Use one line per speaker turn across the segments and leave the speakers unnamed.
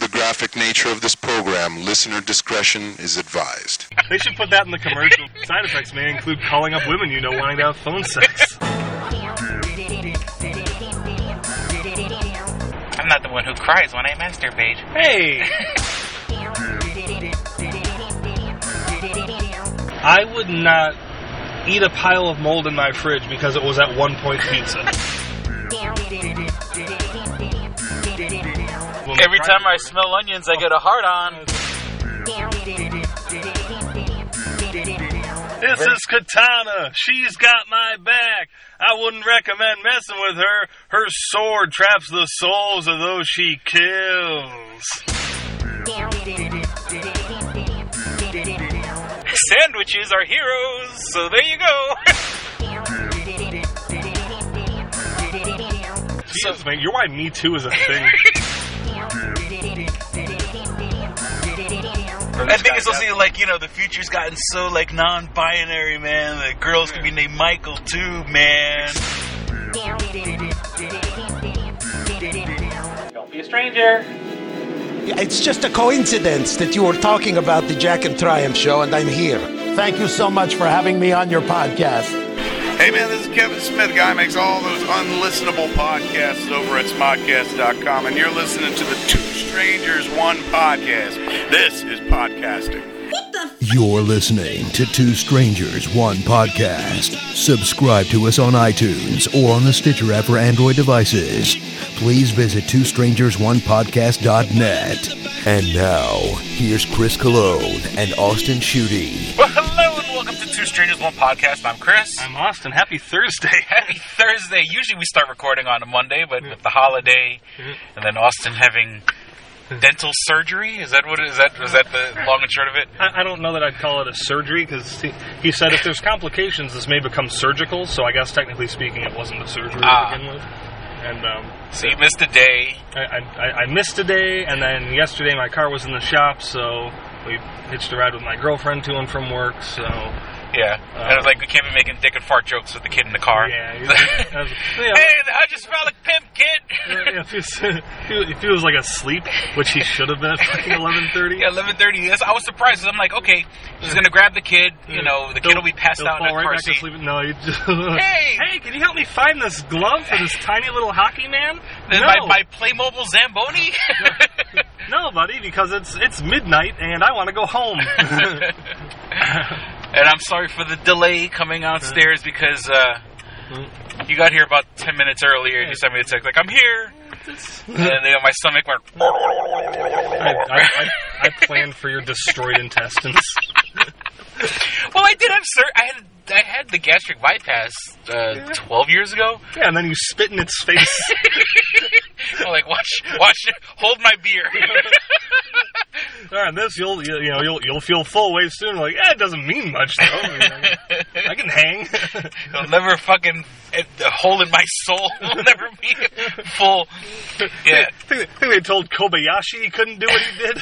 graphic nature of this program, listener discretion is advised.
They should put that in the commercial. Side effects may include calling up women you know wanting to have phone sex.
I'm not the one who cries when I masturbate.
Hey, I would not eat a pile of mold in my fridge because it was at one point pizza. Well,
Every
right-
time I smell onions, I get a hard on.
This is Katana. She's got my back. I wouldn't recommend messing with her. Her sword traps the souls of those she kills.
Sandwiches are heroes, so there you go.
Jesus, man, you're why Me Too is a thing.
I think it's also like you know the future's gotten so like non-binary, man. That girls can be named Michael too, man.
Don't be a stranger.
It's just a coincidence that you were talking about the Jack and Triumph show, and I'm here. Thank you so much for having me on your podcast.
Hey man, this is Kevin Smith, guy who makes all those unlistenable podcasts over at smodcast.com, and you're listening to the Two Strangers One podcast. This is podcasting.
You're listening to Two Strangers, One Podcast. Subscribe to us on iTunes or on the Stitcher app for Android devices. Please visit twostrangersonepodcast.net. And now, here's Chris Cologne and Austin Shooty.
Well, hello and welcome to Two Strangers One Podcast. I'm Chris.
I'm Austin. Happy Thursday.
Happy Thursday. Usually we start recording on a Monday, but with the holiday and then Austin having dental surgery, is that what it is? That is that the long and short of it?
I, I don't know that I'd call it a surgery because he, he said if there's complications, this may become surgical. So I guess technically speaking, it wasn't a surgery
Ah.
to begin with. And um,
So you missed a day.
I, I, I- I missed a day, and then yesterday my car was in the shop, so we hitched a ride with my girlfriend to and from work. So
Yeah. and I was like, we can't be making dick and fart jokes with the kid in the car.
yeah, it was-
hey,
that was-
the hydrocephalic pimp
yeah,
kid.
yeah, it feels- it feels like asleep, which he should have been at fucking eleven thirty.
Yeah, eleven thirty. I was surprised. 'cause I'm like, okay, she's gonna grab the kid. You know, the kid
He'll-
will be passed
he'll
out in
fall
a
right
car
back to
seat.
sleep. No, he just,
Hey!
hey, can you help me find this glove for this tiny little hockey man?
Then
no,
by, by Playmobil Zamboni.
no, buddy, because it's it's midnight and I want to go home.
And I'm sorry for the delay coming downstairs because uh, you got here about 10 minutes earlier and you sent me a text like, I'm here. And then my stomach went.
I, I, I, I planned for your destroyed intestines.
Well, I did have sur- I had I had the gastric bypass uh, 12 years ago.
Yeah, and then you spit in its face.
I'm like, watch, watch, hold my beer.
All right, this you'll you you know you'll you'll feel full way soon. Like, eh, it doesn't mean much though. You know, I can hang.
It'll never fucking a hole in my soul. will never be full. Yeah.
I think, I think they told Kobayashi he couldn't do what he did.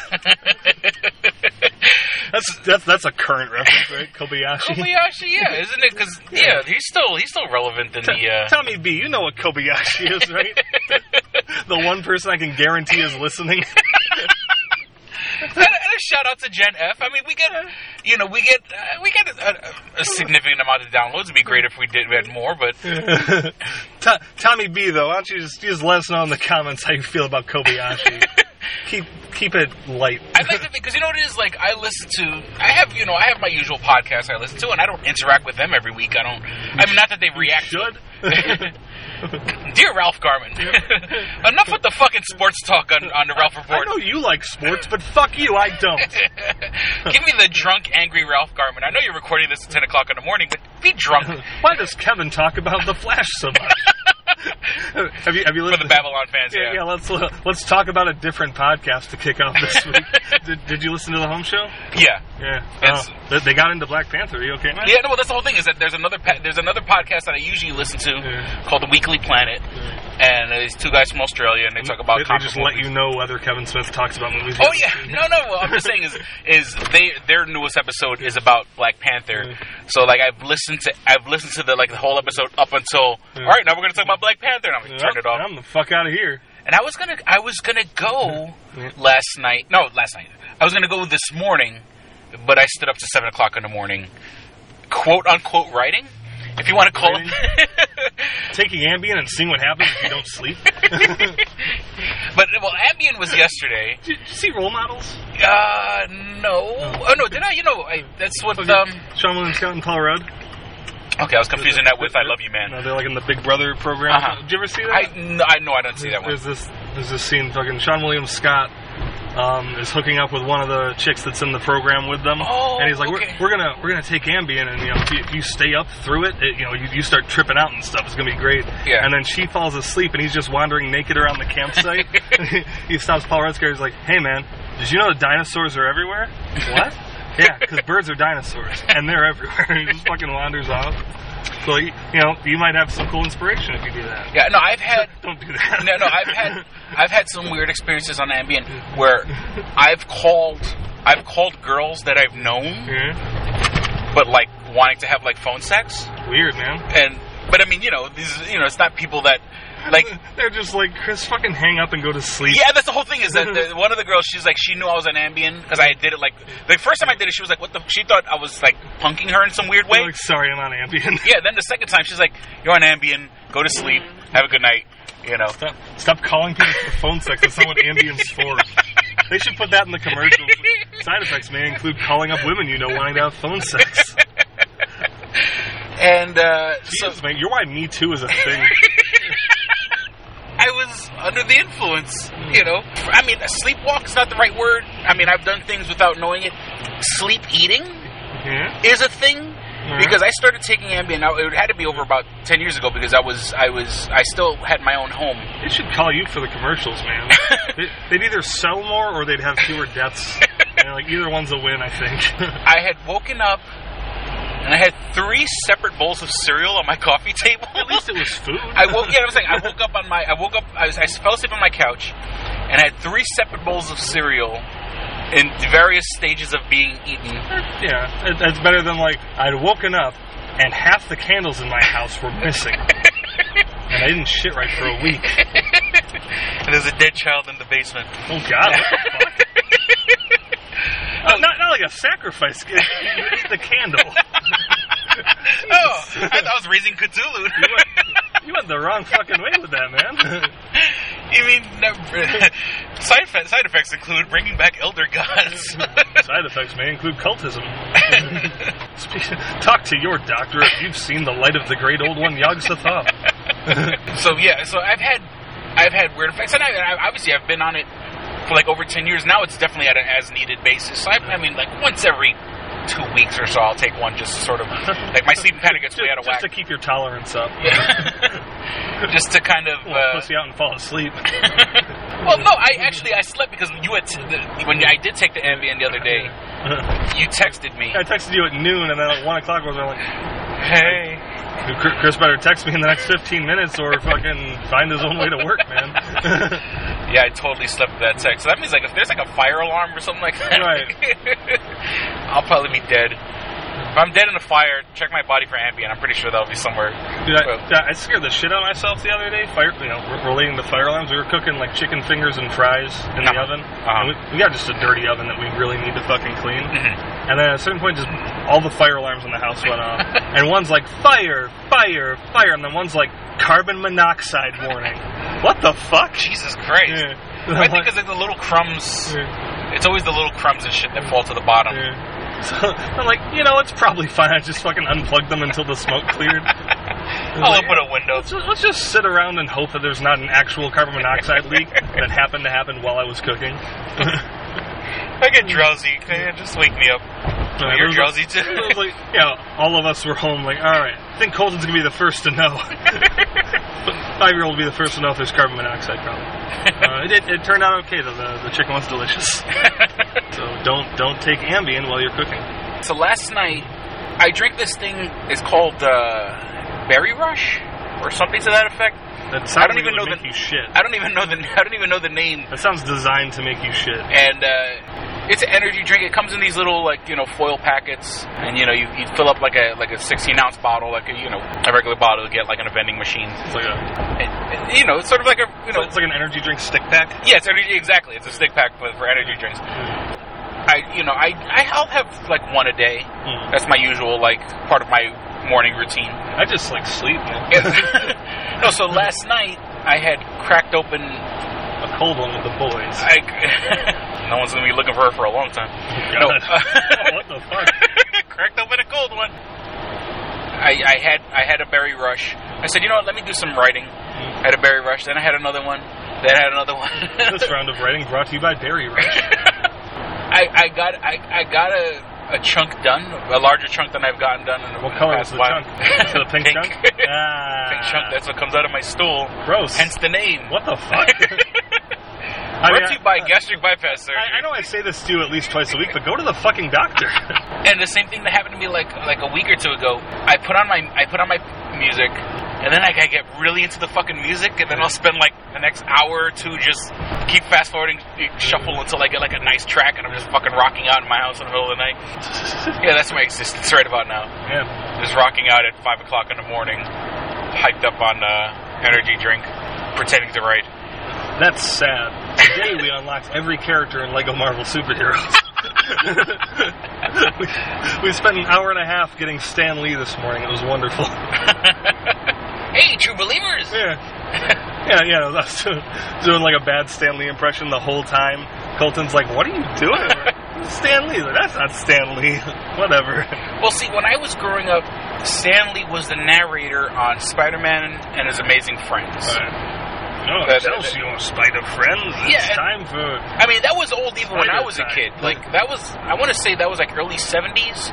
that's that's that's a current reference, right? Kobayashi.
Kobayashi, yeah, isn't it? Because yeah, he's still he's still relevant in the. Uh,
Tommy B, you know what Kobayashi is, right? the one person I can guarantee is listening.
and, and a shout out to Gen F. I mean, we get, you know, we get, uh, we get a, a, a significant amount of downloads. It'd be great if we did we had more, but
To- Tommy B, though, why don't you just, just let us know in the comments how you feel about Kobayashi? keep keep it light.
I like the thing because you know what it is. Like I listen to, I have, you know, I have my usual podcasts I listen to, and I don't interact with them every week. I don't. I mean, not that they react. to
Should.
it. Dear Ralph Garman, enough with the fucking sports talk on, on the Ralph
I
Report.
know you like sports, but fuck you, I don't.
Give me the drunk, angry Ralph Garman. I know you're recording this at 10 o'clock in the morning, but be drunk for
Why does Kevin talk about the Flash so much? have you have you listened
the Babylon fans.
Yeah, yeah, let's uh, let's talk about a different podcast to kick off this week. did, did you listen to the home show?
yeah.
Yeah,
It's-
Oh, they- they got into Black Panther. Are you okay, man?
Yeah, no, well, that's the whole thing is that there's another pa- there's another podcast that I usually listen to
Yeah.
called The Weekly Planet, and uh, these two guys from Australia, and they talk about
They, they
comic
just
book
let you
movies.
know whether Kevin Smith talks about movies.
Oh yeah, no, no. Well, I'm just saying is is they their newest episode is about Black Panther. So like I've listened to I've listened to the like the whole episode up until all right now we're gonna talk about Black Panther and I'm gonna
Yep,
turn it off.
I'm the fuck out of here.
And I was gonna, I was gonna go last night. No, last night. I was gonna go this morning, but I stood up to seven o'clock in the morning. "Quote unquote" writing, if you want to call it.
Taking Ambien and seeing what happens if you don't sleep.
but well, Ambien was yesterday.
Did you see role models?
Uh, no. Oh no, did I? You know, I, that's
Oh,
what. Um,
Sean William Scott in Paul Rudd.
okay, I was confusing that with "I Love You, Man."
No, they're like in the Big Brother program.
Uh-huh.
Did you ever see that?
I no, I know I don't see that one.
There's this there's this scene fucking Sean William Scott um, is hooking up with one of the chicks that's in the program with them,
Oh,
and he's like,
okay.
we're, "We're gonna we're gonna take Ambien, and you know, if you, if you stay up through it, it you know, you, you start tripping out and stuff. It's gonna be great."
Yeah.
And then she falls asleep, and he's just wandering naked around the campsite. and he, he stops Paul Rudd's character. He's like, "Hey, man, did you know that dinosaurs are everywhere?" what? Yeah, because birds are dinosaurs, and they're everywhere. he just fucking wanders off. So like, you know, you might have some cool inspiration if you do that.
Yeah, no, I've had
Don't do that.
no, no, I've had I've had some weird experiences on Ambien where I've called I've called girls that I've known,
Yeah.
but like wanting to have like phone sex,
Weird, man.
and but I mean, you know, these you know, it's not people that like.
They're just like, Chris, fucking hang up and go to sleep.
Yeah, that's the whole thing. Is that the, one of the girls? She's like, she knew I was on Ambien because I did it. Like the first time I did it, she was like, "What the?" She thought I was like punking her in some weird
They're
way.
Like, sorry, I'm on Ambien.
Yeah. Then the second time, she's like, "You're on Ambien. Go to sleep. Have a good night." You know.
Stop, stop calling people for phone sex. That's not what Ambien's for. They should put that in the commercials. Side effects may include calling up women you know wanting to have phone sex.
And uh, so
Jesus, man, you're why Me Too is a thing.
I was under the influence, you know. I mean, a sleepwalk is not the right word. I mean, I've done things without knowing it. Sleep eating
Yeah.
is a thing because I started taking Ambien. I, it had to be over about ten years ago because I was, I was, I still had my own home.
They should call you for the commercials, man. They, they'd either sell more or they'd have fewer deaths. And, like either one's a win, I think.
I had woken up and I had three separate bowls of cereal on my coffee table.
At least it was food.
I woke. Yeah, I'm saying I woke up on my. I woke up. I, was, I fell asleep on my couch, and I had three separate bowls of cereal in various stages of being eaten.
Yeah, it, it's better than like I'd woken up and half the candles in my house were missing, and I didn't shit right for a week.
And there's a dead child in the basement.
Oh God! What the fuck? Not, not, not like a sacrifice. You eat the candle.
Oh, I thought I was raising Cthulhu.
You went, you went the wrong fucking way with that, man.
you mean no- side, effects, side effects include bringing back elder gods?
Side effects may include cultism. Speak- Talk to your doctor if you've seen the light of the great old one, Yog Sothoth.
so yeah, so I've had I've had weird effects, and I, I obviously I've been on it for like over ten years now. It's definitely at an as needed basis. So I, I mean, like once every two weeks or so, I'll take one just to sort of like my sleeping pattern gets way out of
Just
whack,
to keep your tolerance up.
just to kind of.
Don't
Uh,
pussy out and fall asleep.
well, no, I actually I slept because you had t- the, when I did take the Ambien the other day. You texted me.
I texted you at noon, and then at one o'clock was I'm like,
Hey.
Dude, Chr- Chris better text me in the next 15 minutes or fucking find his own way to work, man.
Yeah, I totally slept with that text. So that means like if there's like a fire alarm or something like that,
Right.
I'll probably be dead. If I'm dead in a fire, check my body for Ambien. I'm pretty sure that'll be somewhere.
Dude, I, dude, I scared the shit out of myself the other day, fire, you know, re- relating to fire alarms. We were cooking like chicken fingers and fries in the
Uh-huh.
oven.
Uh-huh.
And we, we got just a dirty oven that we really need to fucking clean.
Mm-hmm.
And then at a certain point, just all the fire alarms in the house went off. and one's like, fire, fire, fire. And then one's like, carbon monoxide warning. What the fuck?
Jesus Christ!
Yeah.
I think it's like the little crumbs.
Yeah.
It's always the little crumbs and shit that fall to the bottom.
Yeah. So I'm like, you know, it's probably fine. I just fucking unplugged them until the smoke cleared.
I'll open a window.
Let's just, let's just sit around and hope that there's not an actual carbon monoxide leak that happened to happen while I was cooking.
I get drowsy. Man, just wake me up.
Uh,
you're
it was
drowsy
like-
too?
it was like, you know, all of us were home. Like, all right, I think Colton's gonna be the first to know. Five year old will be the first to know if there's carbon monoxide problem. Uh, it, it, it turned out okay though. The, the chicken was delicious. so don't don't take Ambien while you're cooking.
So last night, I drank this thing. It's called uh, Berry Rush or something to that effect.
That sounds
I don't
like it
even
would
know
make
the-
you shit.
I don't even know the I don't even know the name.
That sounds designed to make you shit.
and uh, It's an energy drink. It comes in these little like you know foil packets, and you know you, you fill up like a like a 16 ounce bottle, like a you know a regular bottle you get like in a vending machine.
It's like, a,
And, and, you know, it's sort of like a you know
it's like an energy drink stick pack.
Yes, energy, exactly. It's a stick pack for, for energy drinks. I, you know, I, I- I'll have like one a day.
Mm.
That's my usual, like, part of my morning routine.
I just like sleep. man.
And- no, so last night I had cracked open.
A cold one with the boys.
I, no one's gonna be looking for her for a long time. No,
God. Oh, what the fuck?
cracked open a cold one. I, I had I had a berry rush. I said, you know what? Let me do some writing.
Mm-hmm.
I had a berry rush. Then I had another one. Then I had another one.
This round of writing brought to you by Dairy Rush.
I, I got I, I got a, a chunk done, a larger chunk than I've gotten done in a
What color is
past
the
while.
chunk? Is it a pink,
Pink.
chunk? Ah,
Big chunk. That's what comes out of my stool.
gross.
Hence the name.
what the fuck? I, mean,
Brought to you by gastric bypass surgery.
I, I know I say this to you at least twice a week, but go to the fucking doctor.
And the same thing that happened to me like like a week or two ago. I put on my I put on my music, and then like, I get really into the fucking music, and then I'll spend like the next hour or two just keep fast forwarding, shuffle until I get like a nice track, and I'm just fucking rocking out in my house in the middle of the night. yeah, that's my existence right about now.
yeah.
Just rocking out at five o'clock in the morning, hyped up on uh, energy drink, pretending to write.
That's sad. Today we unlocked every character in Lego Marvel Superheroes. we, we spent an hour and a half getting Stan Lee this morning. It was wonderful.
Hey, true believers!
Yeah. Yeah, yeah, I was doing, doing like a bad Stanley impression the whole time. Colton's like, "What are you doing?" Stanley, like, that's not Stanley. Whatever.
Well, see, when I was growing up, Stan Lee was the narrator on Spider Man and His Amazing Friends.
No,
That-
tells you, Spider Friends. It's
Yeah, and-
time for
I mean, that was old even when I
Spider
was a
time.
kid. Like, that was, I want to say that was like early 70s.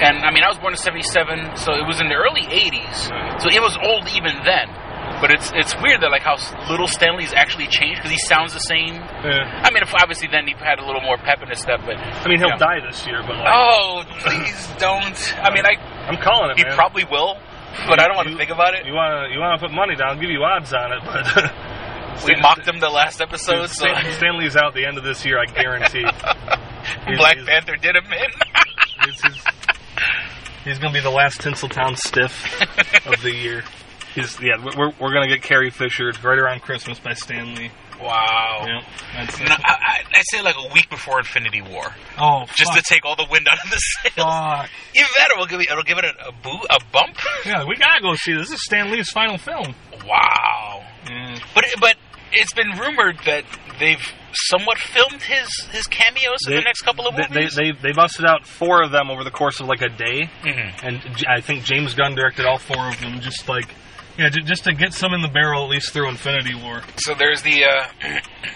And I mean, I was born in 77, so it was in the early 80s. So it was old even then. But it's it's weird that like how s- little Stanley's actually changed because he sounds the same.
Yeah.
I mean, if obviously then he had a little more pep in his step, but
I mean, he'll
Yeah.
die this year, but like,
oh, please don't. I mean, I
I'm calling it,
he
man.
probably will, but I don't want to
You-
think about it.
you wanna you wanna put money down? I'll give you odds on it, but
We mocked him the last
Dude,
episode, so
Stan, Stanley's out the end of this year, I guarantee. He's-
Black
he's-
Panther did him in.
He's, he's, he's going to be the last Tinseltown stiff of the year. He's, yeah, we're- we're, we're going to get Carrie Fishered right around Christmas by Stanley.
wow.
Yeah, that's,
No, I, I, I'd say like a week before Infinity War,
oh,
just
fuck,
to take all the wind out of the sails.
fuck.
Even better, will give it, it'll give it a, a boo, a bump.
Yeah, we got to go see this. This is Stan Lee's final film.
Wow.
Yeah.
But but it's been rumored that they've somewhat filmed his his cameos in the next couple of
they, they,
movies.
they, they busted out four of them over the course of like a day,
Mhm.
and J- I think James Gunn directed all four of them, just like, yeah, j- just to get some in the barrel at least through Infinity War.
So there's the uh,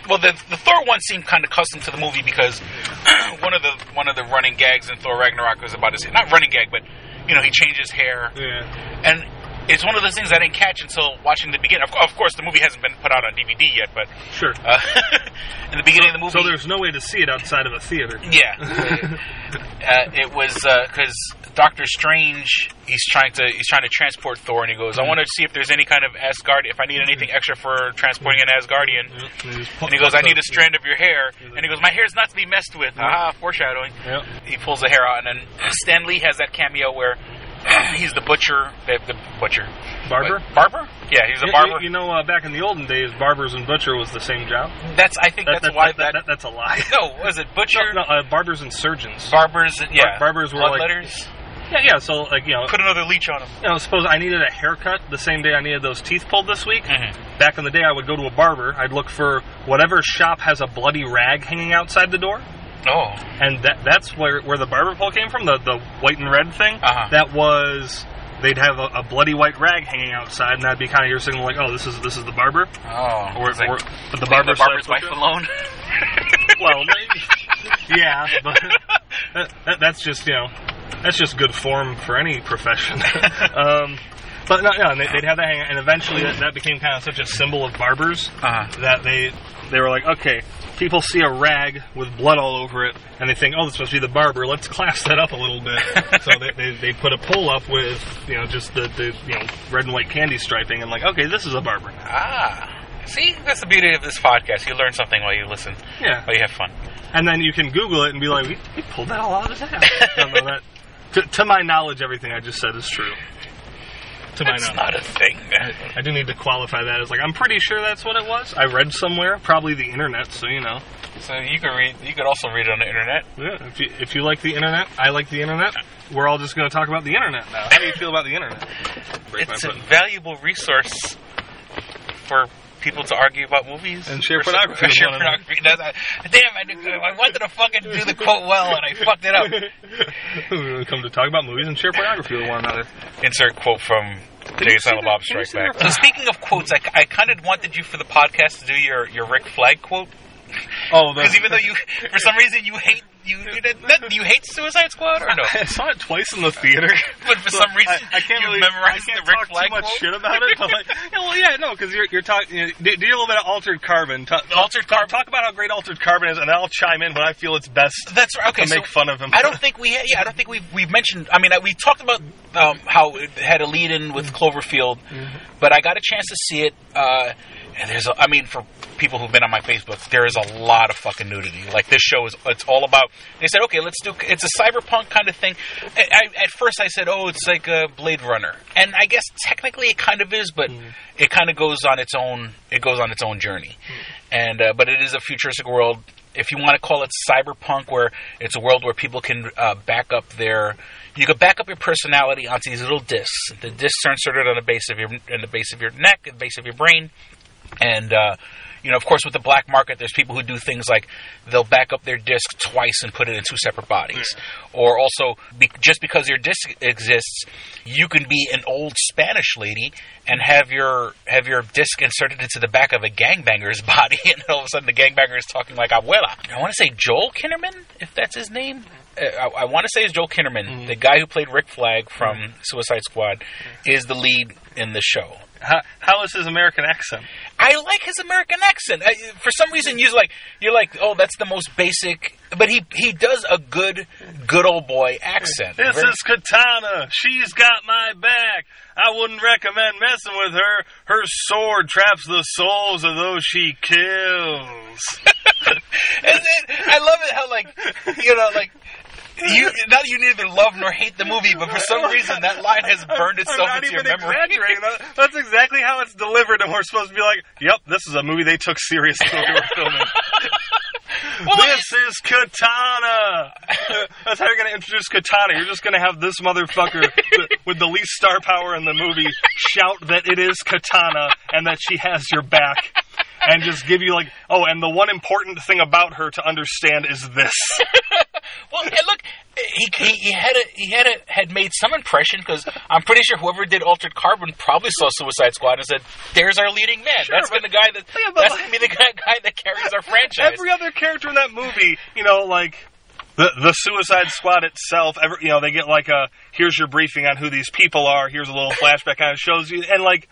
well, the the Thor one seemed kind of custom to the movie because one of the one of the running gags in Thor Ragnarok was about his not running gag, but you know he changed his hair.
Yeah.
and it's one of those things I didn't catch until watching the beginning. Of, of course, the movie hasn't been put out on DVD yet, but
Sure.
uh, in the beginning of the
So
movie,
there's no way to see it outside of a theater.
yeah, uh, it was because Doctor Strange he's trying to he's trying to transport Thor, and he goes, "I
Mm-hmm.
want to see if there's any kind of Asgard. If I need anything extra for transporting an Asgardian."
Yep, and he, just
And he goes, I need a strand of your hair. And he goes, My hair's not to be messed with.
Uh-huh.
Ah, foreshadowing.
Yep.
He pulls the hair out, and then Stan Lee has that cameo where he's the butcher. The, the butcher.
Barber?
But- barber? Yeah, he's a
You-
barber.
You, you know, uh, back in the olden days, barbers and butcher was the same job.
That's I think
That-
that's why
that,
that,
that- that's a lie.
no was it butcher
No, no, uh, barbers and surgeons.
barbers yeah
barbers were
blood
like-
letters
yeah, yeah. So, like, you know,
put another leech on him
you know, suppose I needed a haircut the same day I needed those teeth pulled this week.
Mhm.
Back in the day, I would go to a barber. I'd look for whatever shop has a bloody rag hanging outside the door,
oh
and that that's where where the barber pole came from. The the white and red thing.
Uh-huh.
That was. They'd have a, a bloody white rag hanging outside, and that'd be kind of your signal, like, "Oh, this is this is the barber,"
oh
or,
It's like,
or
leave
but the
the
barber
barber's
slash
wife
butcher.
alone
Well, they- yeah, but that, that, that's just you know that's just good form for any profession. um, but no, no, and they, they'd have that, hang, and eventually that, that became kind of such a symbol of barbers uh,
uh-huh.
that they they were like, okay, people see a rag with blood all over it, and they think, oh, this must be the barber. Let's class that up a little bit. so they, they they put a pole up with you know just the, the you know red and white candy striping, and like, okay, this is a barber.
ah see that's the beauty of this podcast you learn something while you listen
Yeah.
while you have fun
and then you can Google it and be like, we, we pulled that all out of his ass. I don't know that. To, to my knowledge, everything I just said is true. To my
It's
knowledge.
not a thing.
I do need to qualify that as like I'm pretty sure that's what it was. I read somewhere, probably the internet, so you know.
So you could read. You could also read it on the internet.
Yeah, if you if you like the internet, I like the internet. We're all just going to talk about the internet now. How do you feel about the internet? Break my
It's a
foot.
valuable resource for people to argue about movies
And share
Or so-
pornography
or
with
share
one another.
pornography. That's- I- damn, I, did, I wanted to fucking do the quote well, and I fucked it up.
we come to talk about movies and share pornography with one another.
Insert quote from
you
Jay
see
Silent Bob
that? Did you
Strike
see
Back.
that?
So speaking of quotes, I, kind of wanted you for the podcast to do your your Rick Flag quote
Oh,
because even though you, for some reason, you hate you you, did- that- you hate Suicide Squad or no?
I saw it twice in the theater,
But for some reason,
I, I can't
you
really
memorized
I can't
the Rick
talk
Flag
too much
quote.
shit about it. But like, yeah, well, yeah, no, because you're you're talking. You know, do, do a little bit of altered carbon. Ta-
Altered Carbon.
Talk about how great altered carbon is, and I'll chime in when I feel it's best.
That's right. Okay,
to make
so
fun of him.
I don't think we. ha- Yeah, I don't think we've we've mentioned. I mean, I- we talked about um, how it had a lead in
Mm-hmm.
with Cloverfield, but I got a chance to see it. Uh, and there's, a, I mean, for people who've been on my Facebook, there is a lot of fucking nudity. Like this show is, it's all about. They said, okay, let's do. It's a cyberpunk kind of thing. I, I, at first, I said, oh, it's like a Blade Runner, and I guess technically it kind of is, but
Mm.
it kind of goes on its own. It goes on its own journey,
Mm.
and uh, but it is a futuristic world if you want to call it cyberpunk, where it's a world where people can uh, back up their, you can back up your personality onto these little discs. The discs are inserted on the base of your, in the base of your neck, the base of your brain, and uh, you know, of course, with the black market, there's people who do things like they'll back up their disc twice and put it in two separate bodies, or also be- just because your disc exists, you can be an old Spanish lady and have your have your disc inserted into the back of a gangbanger's body, and all of a sudden the gangbanger is talking like abuela. I want to say Joel Kinnerman, if that's his name. Uh, I, I want to say it's Joel Kinnerman, the guy who played Rick Flag from Suicide Squad, is the lead in the show.
How, how is his American accent?
I like his American accent. I, for some reason, you're like you're like, oh, that's the most basic. But he he does a good good old boy accent.
This
Very-
is Katana. She's got my back. I wouldn't recommend messing with her. Her sword traps the souls of those she kills.
Is it- I love it how like you know like. You, not that you neither love nor hate the movie, but for some reason that line has burned
I'm
itself
not
into your
even
memory.
exaggerating. That- That's exactly how it's delivered, and we're supposed to be like, "Yep, this is a movie they took seriously when they were filming." this is Katana. That's how you're going to introduce Katana. You're just going to have this motherfucker th- with the least star power in the movie shout that it is Katana and that she has your back. And just give you like, oh, and the one important thing about her to understand is this.
Well, and look, he, he, he had a, he had a, had made some impression because I'm pretty sure whoever did Altered Carbon probably saw Suicide Squad and said, "There's our leading man. that's
but-
gonna guy that
Yeah, but
that's
like-
gonna be the guy, guy that carries our franchise."
Every other character in that movie, you know, like the the Suicide Squad itself, every, you know, they get like a here's your briefing on who these people are. Here's a little flashback, kind of shows you, and like,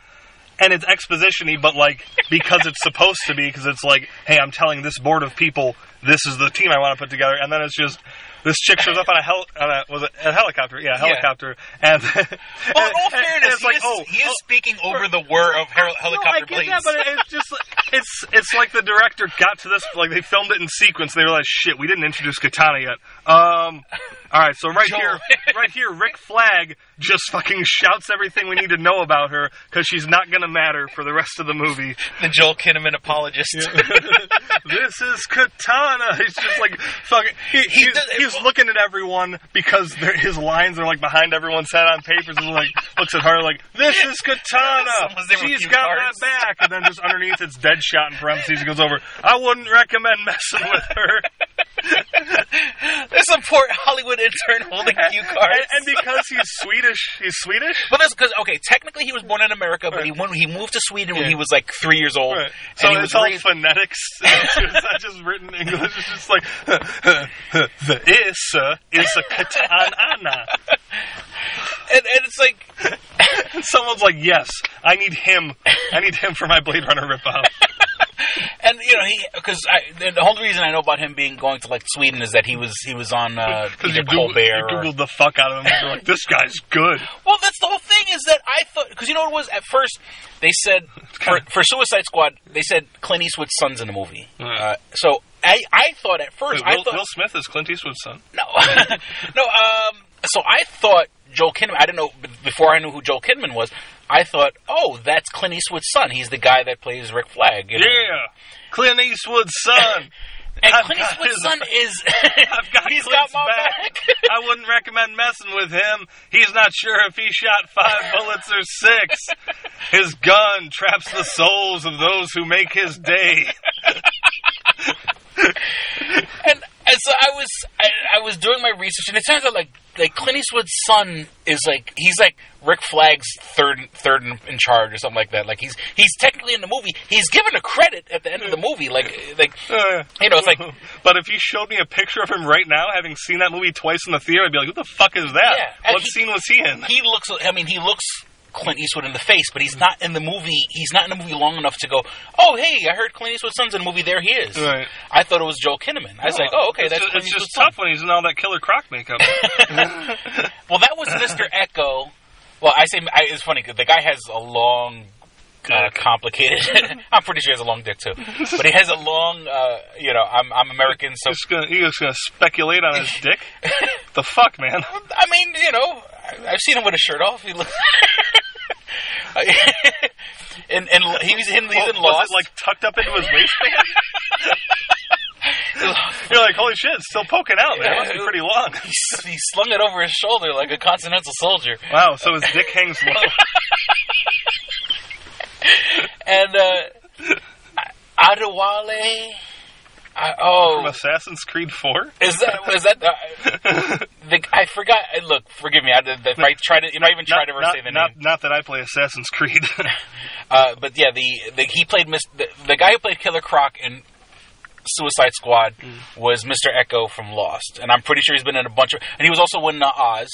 and it's expositiony, but like because it's supposed to be, because it's like, hey, I'm telling this board of people this is the team I want to put together, and then it's just. This chick shows up on a hel on a was it a helicopter? Yeah, a helicopter. And,
well, in
and-
all
and- and
fairness,
it's like,
he is,
oh,
he is
oh,
speaking over the whir of hel- helicopter
no, I get
blades.
that, but it's just it's it's like the director got to this like they filmed it in sequence. And they realized shit, we didn't introduce Katana yet. Um, all right, so right
Joel.
here, right here, Rick Flag just fucking shouts everything we need to know about her because she's not gonna matter for the rest of the movie.
the Joel Kinnaman apologist.
this is Katana. He's just like fucking. He, he's,
does-
he's looking at everyone because they're- his lines are like behind everyone's head on papers. And like looks at her like, "This is Katana.
Someone's there with
She's
cue
got
cards."
my back." And then just underneath, it's dead shot in parentheses. It goes over. I wouldn't recommend messing with her.
There's a poor Hollywood intern holding cue cards.
And, and because he's Swedish, he's Swedish.
Well, that's because okay. Technically, he was born in America, but he went, he moved to Sweden when
Yeah.
he was like three years old.
Right.
and
So
he
it's
was
all
raised-
phonetics. it's not just written English. It's just like the is uh, is a katana.
and, and it's like
And someone's like, "Yes, I need him. I need him for my Blade Runner ripoff."
and you know, he because the whole reason I know about him being going to like Sweden is that he was he was on uh,
Because
either
you, Google,
Colbert.
you
or-
Googled the fuck out of him. and You're like, this guy's good.
Well, that's the whole thing is that I thought because you know what it was at first they said for, for Suicide Squad they said Clint Eastwood's son's in the movie. Uh, so I I thought at first
Wait,
I
Will,
thought
Will Smith is Clint Eastwood's son.
no no um so I thought Joel Kinnaman I didn't know b- before I knew who Joel Kinnaman was I thought oh that's Clint Eastwood's son he's the guy that plays Rick Flag you know?
Yeah, Clint Eastwood's son.
and
I've
Clint
got
Eastwood's
his-
son is
I've got
he's
Clint's
got my
back.
back,
I wouldn't recommend messing with him. He's not sure if he shot five bullets or six. His gun traps the souls of those who make his day.
and, and so I was I, I was doing my research, and it turns out like like Clint Eastwood's son is like he's like Rick Flag's third third in, in charge or something like that. Like he's he's technically in the movie. He's given a credit at the end of the movie. Like like
Uh,
you know it's like
but if you showed me a picture of him right now, having seen that movie twice in the theater, I'd be like, "Who the fuck is that?
Yeah, and
what
he-
scene was he in?"
he looks. I mean, he looks Clint Eastwood in the face, but he's not in the movie. He's not in the movie long enough to go. Oh, hey, I heard Clint Eastwood's son's in the movie. There he is.
Right.
I thought it was Joel Kinnaman. I was like, oh, okay,
it's
that's
just,
Clint
it's just
Eastwood's son.
tough when he's in all that Killer Croc makeup.
Well, that was Mr. Echo. Well, I say I, it's funny 'cause the guy has a long, uh, complicated. I'm pretty sure he has a long dick too, but he has a long. Uh, you know, I'm I'm American, so
just gonna, you're just gonna speculate on his dick? the fuck, man?
I mean, you know, I, I've seen him with a shirt off. He looks. and and he was in he's in
Well, Oh, was
Lost.
it like tucked up into his waistband? You're like, holy shit, it's still poking out, man. It must be pretty long.
he, s- he slung it over his shoulder like a continental soldier.
Wow, so his dick hangs low.
And uh, Adewale. I, oh,
From Assassin's Creed 4?
Is that is that uh, the, I forgot? uh, Look, forgive me. I, did- if I try to, you know, I even try to ever
not,
say the
not,
name.
not that I play Assassin's Creed.
Uh, but yeah, the, the he played Mis- the, the guy who played Killer Croc in Suicide Squad was Mr. Echo from Lost, and I'm pretty sure he's been in a bunch of. And he was also in uh, Oz.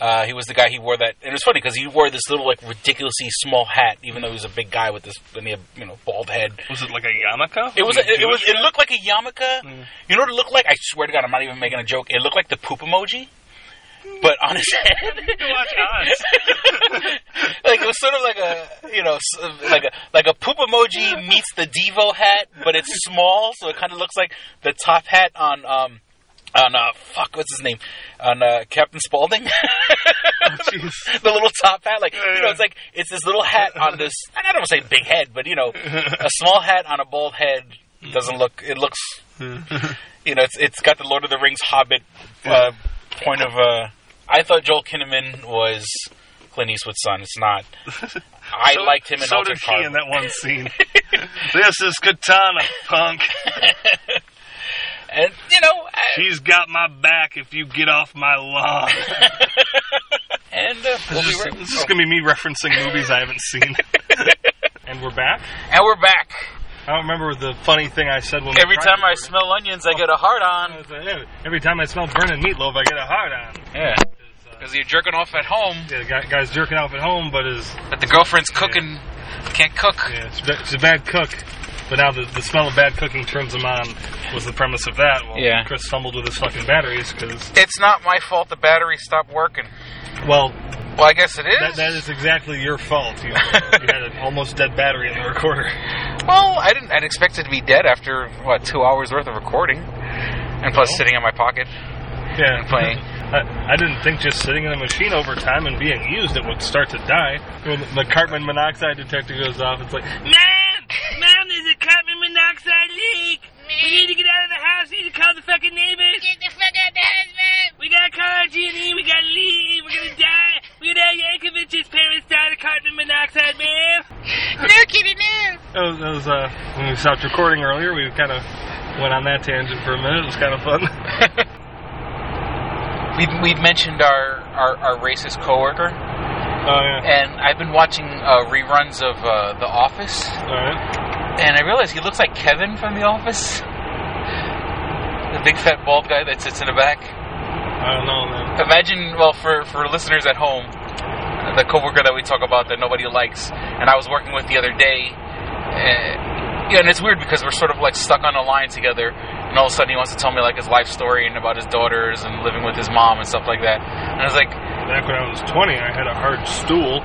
Uh, he was the guy. He wore that, and it was funny because he wore this little like ridiculously small hat, even though he was a big guy with this, and he had you know bald head.
was it like a yarmulke?
It was. It, it was.
Jewish
It looked like a yarmulke. You know what it looked like? I swear to God, I'm not even making a joke. It looked like the poop emoji, but on his head.
watch Oz.
like it was sort of like a you know s- like a like a poop emoji meets the Devo hat, but it's small, so it kind of looks like the top hat on um on uh fuck what's his name on uh, Captain Spaulding.
Oh, Jeez.
the little top hat. Like
yeah.
you know, it's like it's this little hat on this. and I don't want to say big head, but you know, a small hat on a bald head doesn't look. It looks, you know, it's it's got the Lord of the Rings Hobbit uh, point of. Uh, I thought Joel Kinnaman was Clint Eastwood's son. It's not. I liked him in
so
Altered
did he
Carbon.
in that one scene. this is Katana, punk.
and you know, I-
She's got my back if you get off my lawn.
and uh, we'll be
This
right-
is- this is gonna be me referencing movies I haven't seen. and we're back.
and we're back.
I don't remember the funny thing I said when we
Every
tried
time
to-
I smell onions, I get a hard on.
Every time I smell burning meatloaf, I get a hard on.
Yeah,
Uh,
Because you're jerking off at home,
yeah, the guy, guy's jerking off at home, but is
but the girlfriend's cooking, can't cook.
yeah, she's, ba- she's a bad cook. But now the, the smell of bad cooking turns him on. Was the premise of that? Well,
Yeah.
Chris stumbled with his fucking batteries because
It's not my fault the battery stopped working.
well,
Well, I guess it is.
that, that is exactly your fault. You, you had an almost dead battery in the recorder.
Well, I didn't. I'd expect it to be dead after what two hours worth of recording, and plus
Well.
sitting in my pocket
Yeah,
and playing.
I, I didn't think just sitting in a machine over time and being used, it would start to die. When the carbon monoxide detector goes off, it's like,
Mom! Mom, there's a carbon monoxide leak! We need to get out of the house, we need to call the fucking neighbors! Get the fuck out of the house, Mom! We gotta call our
E.
G&E, we gotta leave, we're gonna die! We're gonna have Yankovic's parents die of carbon monoxide, man! No kidding, no!
That was, that was uh, when we stopped recording earlier. We kind of went on that tangent for a minute. It was kind of fun.
We've, we've mentioned our, our, our racist coworker,
Oh yeah.
and I've been watching uh, reruns of uh, The Office,
All right.
and I realized he looks like Kevin from The Office, the big fat bald guy that sits in the back.
I don't know, man.
Imagine, well, for for listeners at home, the coworker that we talk about that nobody likes, and I was working with the other day. Uh,
yeah, eh, and it's weird because we're sort of like stuck on a line together, and all of a sudden he wants to tell me like his life story and about his daughters and living with his mom and stuff like that. And I was like,
Back when I was 20, I had a hard stool.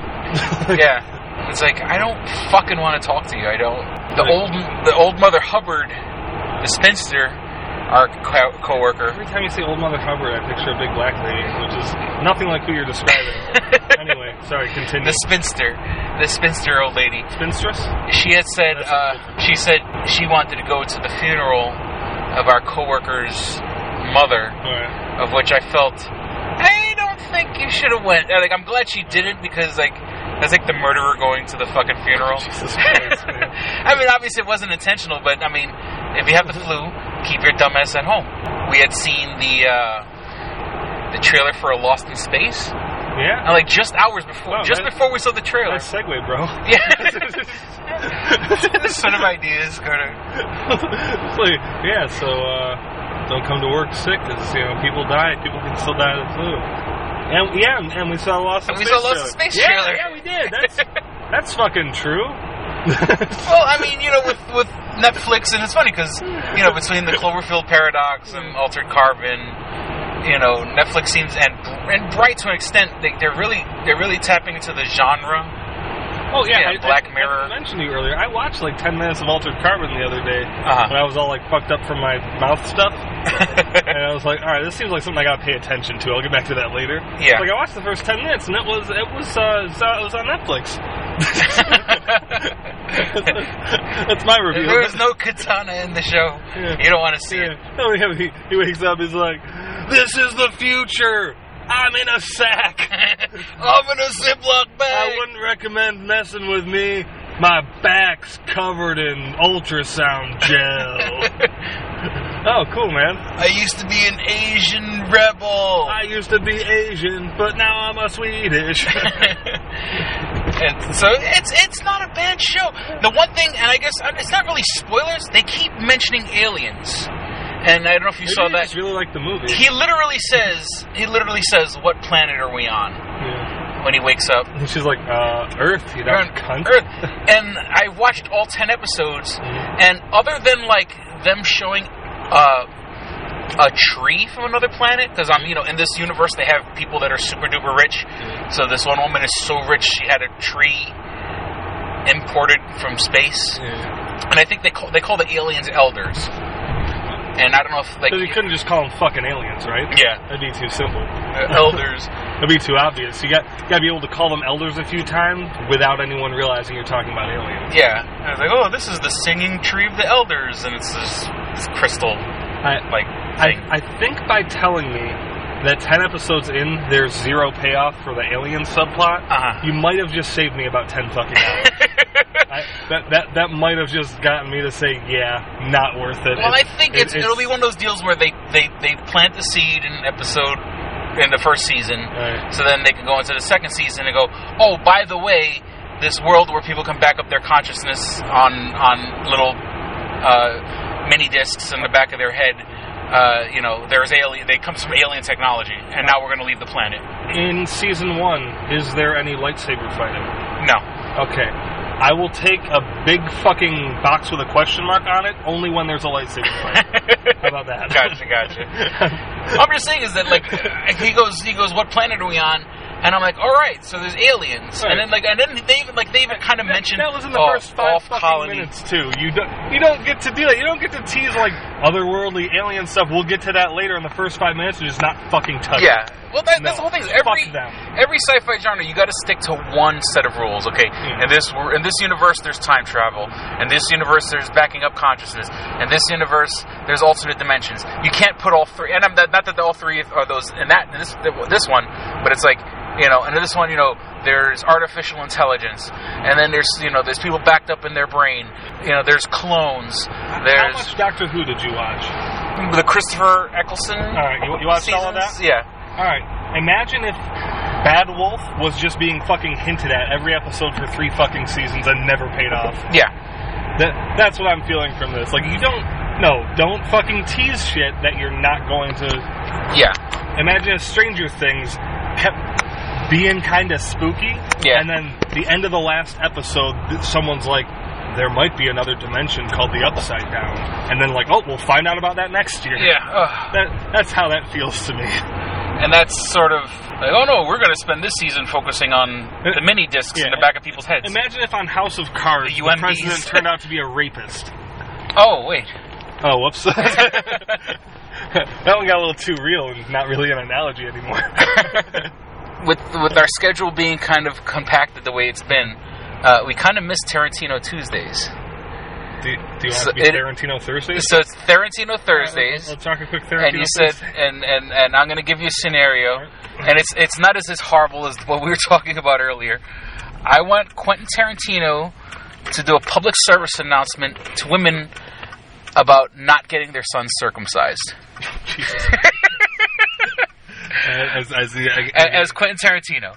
yeah, it's like I don't fucking want to talk to you. I don't. The old the old mother Hubbard, the spinster, our co- coworker.
Every time you say Old Mother Hubbard, I picture a big black lady, which is nothing like who you're describing. anyway, sorry, continue.
The spinster, the spinster old lady.
Spinstress?
she had said uh, she said she wanted to go to the funeral of our coworker's mother,
Alright.
of which I felt I don't think you should have went. Uh, Like I'm glad she didn't because like that's like the murderer going to the fucking funeral.
Jesus Christ, man.
I mean, obviously it wasn't intentional, but I mean, if you have the flu, keep your dumbass at home. We had seen the uh, the trailer for Lost in Space, and
Yeah?
like just hours
Oh,
before, just
that-
before we saw the trailer.
Nice segue, bro.
Yeah. sort of ideas go to
It's like, yeah, so uh, don't come to work sick because, you know, people die. People can still die of the flu. And, yeah, and- and we saw Lost in
And we
Space
saw Lost in
trailer.
Space
yeah,
trailer.
Yeah, we did. That's, that's fucking true.
Well, I mean, you know, with with Netflix, and it's funny because you know between the Cloverfield paradox and Altered Carbon, you know, Netflix seems and and Bright to an extent they, they're really they're really tapping into the genre.
Oh yeah, I,
Yeah, Black
I- I
Mirror.
mentioned to you earlier. I watched like ten minutes of Altered Carbon the other day
Uh-huh.
when I was all like fucked up from my mouth stuff, and I was like, all right, this seems like something I gotta pay attention to. I'll get back to that later.
Yeah.
Like I watched the first ten minutes, and it was it was uh, it was, uh, it was on Netflix. That's my review.
there is no katana in the show.
Yeah.
You don't want to see it.
Yeah. Oh, yeah, he, he wakes up. He's like, "This is the future. I'm in a sack.
I'm in a Ziploc
I
bag.
wouldn't recommend messing with me. My back's covered in ultrasound gel. oh, cool, man.
I used to be an Asian rebel.
I used to be Asian, but now I'm a Swedish.
and so it's it's not a bad show. The one thing, and I guess uh, it's not really spoilers. They keep mentioning aliens, and I don't know if you
Maybe
saw
I
that.
just really like the movie.
He literally says, he literally says, "What planet are we on?"
Yeah.
When he wakes up,
And she's like, uh, Earth, you know,
Earth,
cunt.
Earth. And I watched all ten episodes,
Mm-hmm.
and other than like them showing uh, a tree from another planet, because I'm you know in this universe they have people that are super duper rich.
Mm-hmm.
So this one woman is so rich she had a tree imported from space,
Yeah.
and I think they call they call the aliens elders. And I don't know if like
'Cause you couldn't just call them fucking aliens, right?
yeah
That'd be too simple.
uh, elders.
That'd be too obvious. You got you gotta be able to call them elders a few times without anyone realizing you're talking about aliens.
Yeah, I was like, oh, this is the singing tree of the elders, and it's this, this crystal
I,
like thing.
I, I think by telling me that 10 episodes in, there's zero payoff for the alien subplot,
Uh-huh.
you might have just saved me about 10 fucking hours. I, that, that, that might have just gotten me to say, yeah, not worth it.
Well, I
It's-
think it's, it'll be one of those deals where they, they, they plant the seed in an episode in the first season,
Right.
so then they can go into the second season and go, oh, by the way, this world where people can back up their consciousness on on little uh, mini discs in the back of their head. Uh, you know, there's alien. They comes from alien technology, and now we're going to leave the planet.
In season one, is there any lightsaber fighting?
No,
Okay. I will take a big fucking box with a question mark on it only when there's a lightsaber fight. How about that?
gotcha, gotcha. I'm just saying is that like he goes he goes what planet are we on and I'm like all right so there's aliens and then like and then they even like they even kind of mentioned
that was in the
oh,
first five
off
fucking
colony.
minutes too. You don't you don't get to do that. You don't get to tease like otherworldly alien stuff. We'll get to that later in the first five minutes. You just not fucking touch.
Yeah, well that,
No.
that's the whole thing. is Every
Fuck them.
every sci-fi genre you got to stick to one set of rules. Okay,
Hmm.
in this wor- in this universe there's time travel, in this universe there's backing up consciousness, in this universe there's alternate dimensions. You can't put all three. And I'm not, not that all three are those in that in this this one, but it's like you know, and in this one you know there's artificial intelligence, and then there's you know there's people backed up in their brain. You know, there's clones.
How
There's
much Doctor Who did you watch?
the Christopher Eccleston.
All right, you, you watched all of that.
seasons? Yeah.
All right. Imagine if Bad Wolf was just being fucking hinted at every episode for three fucking seasons and never paid off.
Yeah.
That that's what I'm feeling from this. Like you don't no, don't fucking tease shit that you're not going to
Yeah.
imagine if Stranger Things kept being kind of spooky,
Yeah.
and then the end of the last episode, th- someone's like, there might be another dimension called the upside down, and then like, oh, we'll find out about that next year.
Yeah. ugh.
That, that's how that feels to me.
And that's sort of like, oh no, we're going to spend this season focusing on the mini discs in
Yeah.
the back of people's heads.
Imagine if on House of Cards
The
the,
UMDs.
president turned out to be a rapist.
oh wait,
Oh, whoops. that one got a little too real and not really an analogy anymore.
with with our schedule being kind of compacted the way it's been, uh, we kind of miss Tarantino Tuesdays.
do, do you want
So
to be
it-
Tarantino Thursdays?
So it's Tarantino Thursdays,
Let's talk a quick Tarantino
and you said,
Thursday.
and and and I'm going to give you a scenario, and it's it's not as as horrible as what we were talking about earlier. I want Quentin Tarantino to do a public service announcement to women about not getting their sons circumcised,
as, as, the- I-
A- as Quentin Tarantino.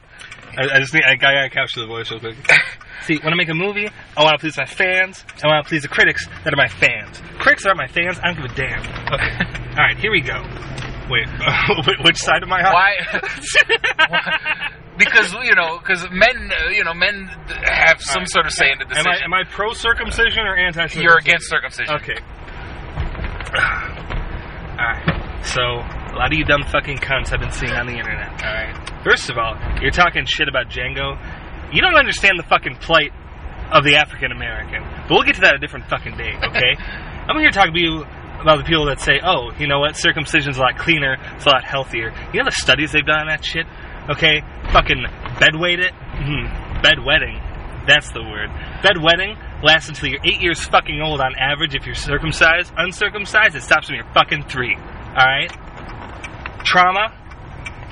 I, I just need, I, gotta capture the voice real quick. See, when I make a movie, I want to please my fans. I want to please the critics that are my fans. Critics are my fans. I don't give a damn. Okay. All right, here we go. Wait, wh- which side am I on?
Why? Why- Because you know, because men, uh, you know, men have some sort of say in the
Am
decision.
I, am I pro circumcision or anti?
You're against circumcision.
Okay. Alright. So, a lot of you dumb fucking cunts I've been seeing on the internet, alright? First of all, you're talking shit about Django. You don't understand the fucking plight of the African American. But we'll get to that a different fucking day, okay? I'm here to talk to you about the people that say, oh, you know what, circumcision's a lot cleaner, it's a lot healthier. You know the studies they've done on that shit? Okay? Fucking bedweight it? Hmm. Bedwetting. That's the word. Bedwetting lasts until you're eight years fucking old on average if you're circumcised. Uncircumcised, it stops when you're fucking three. Alright? Trauma,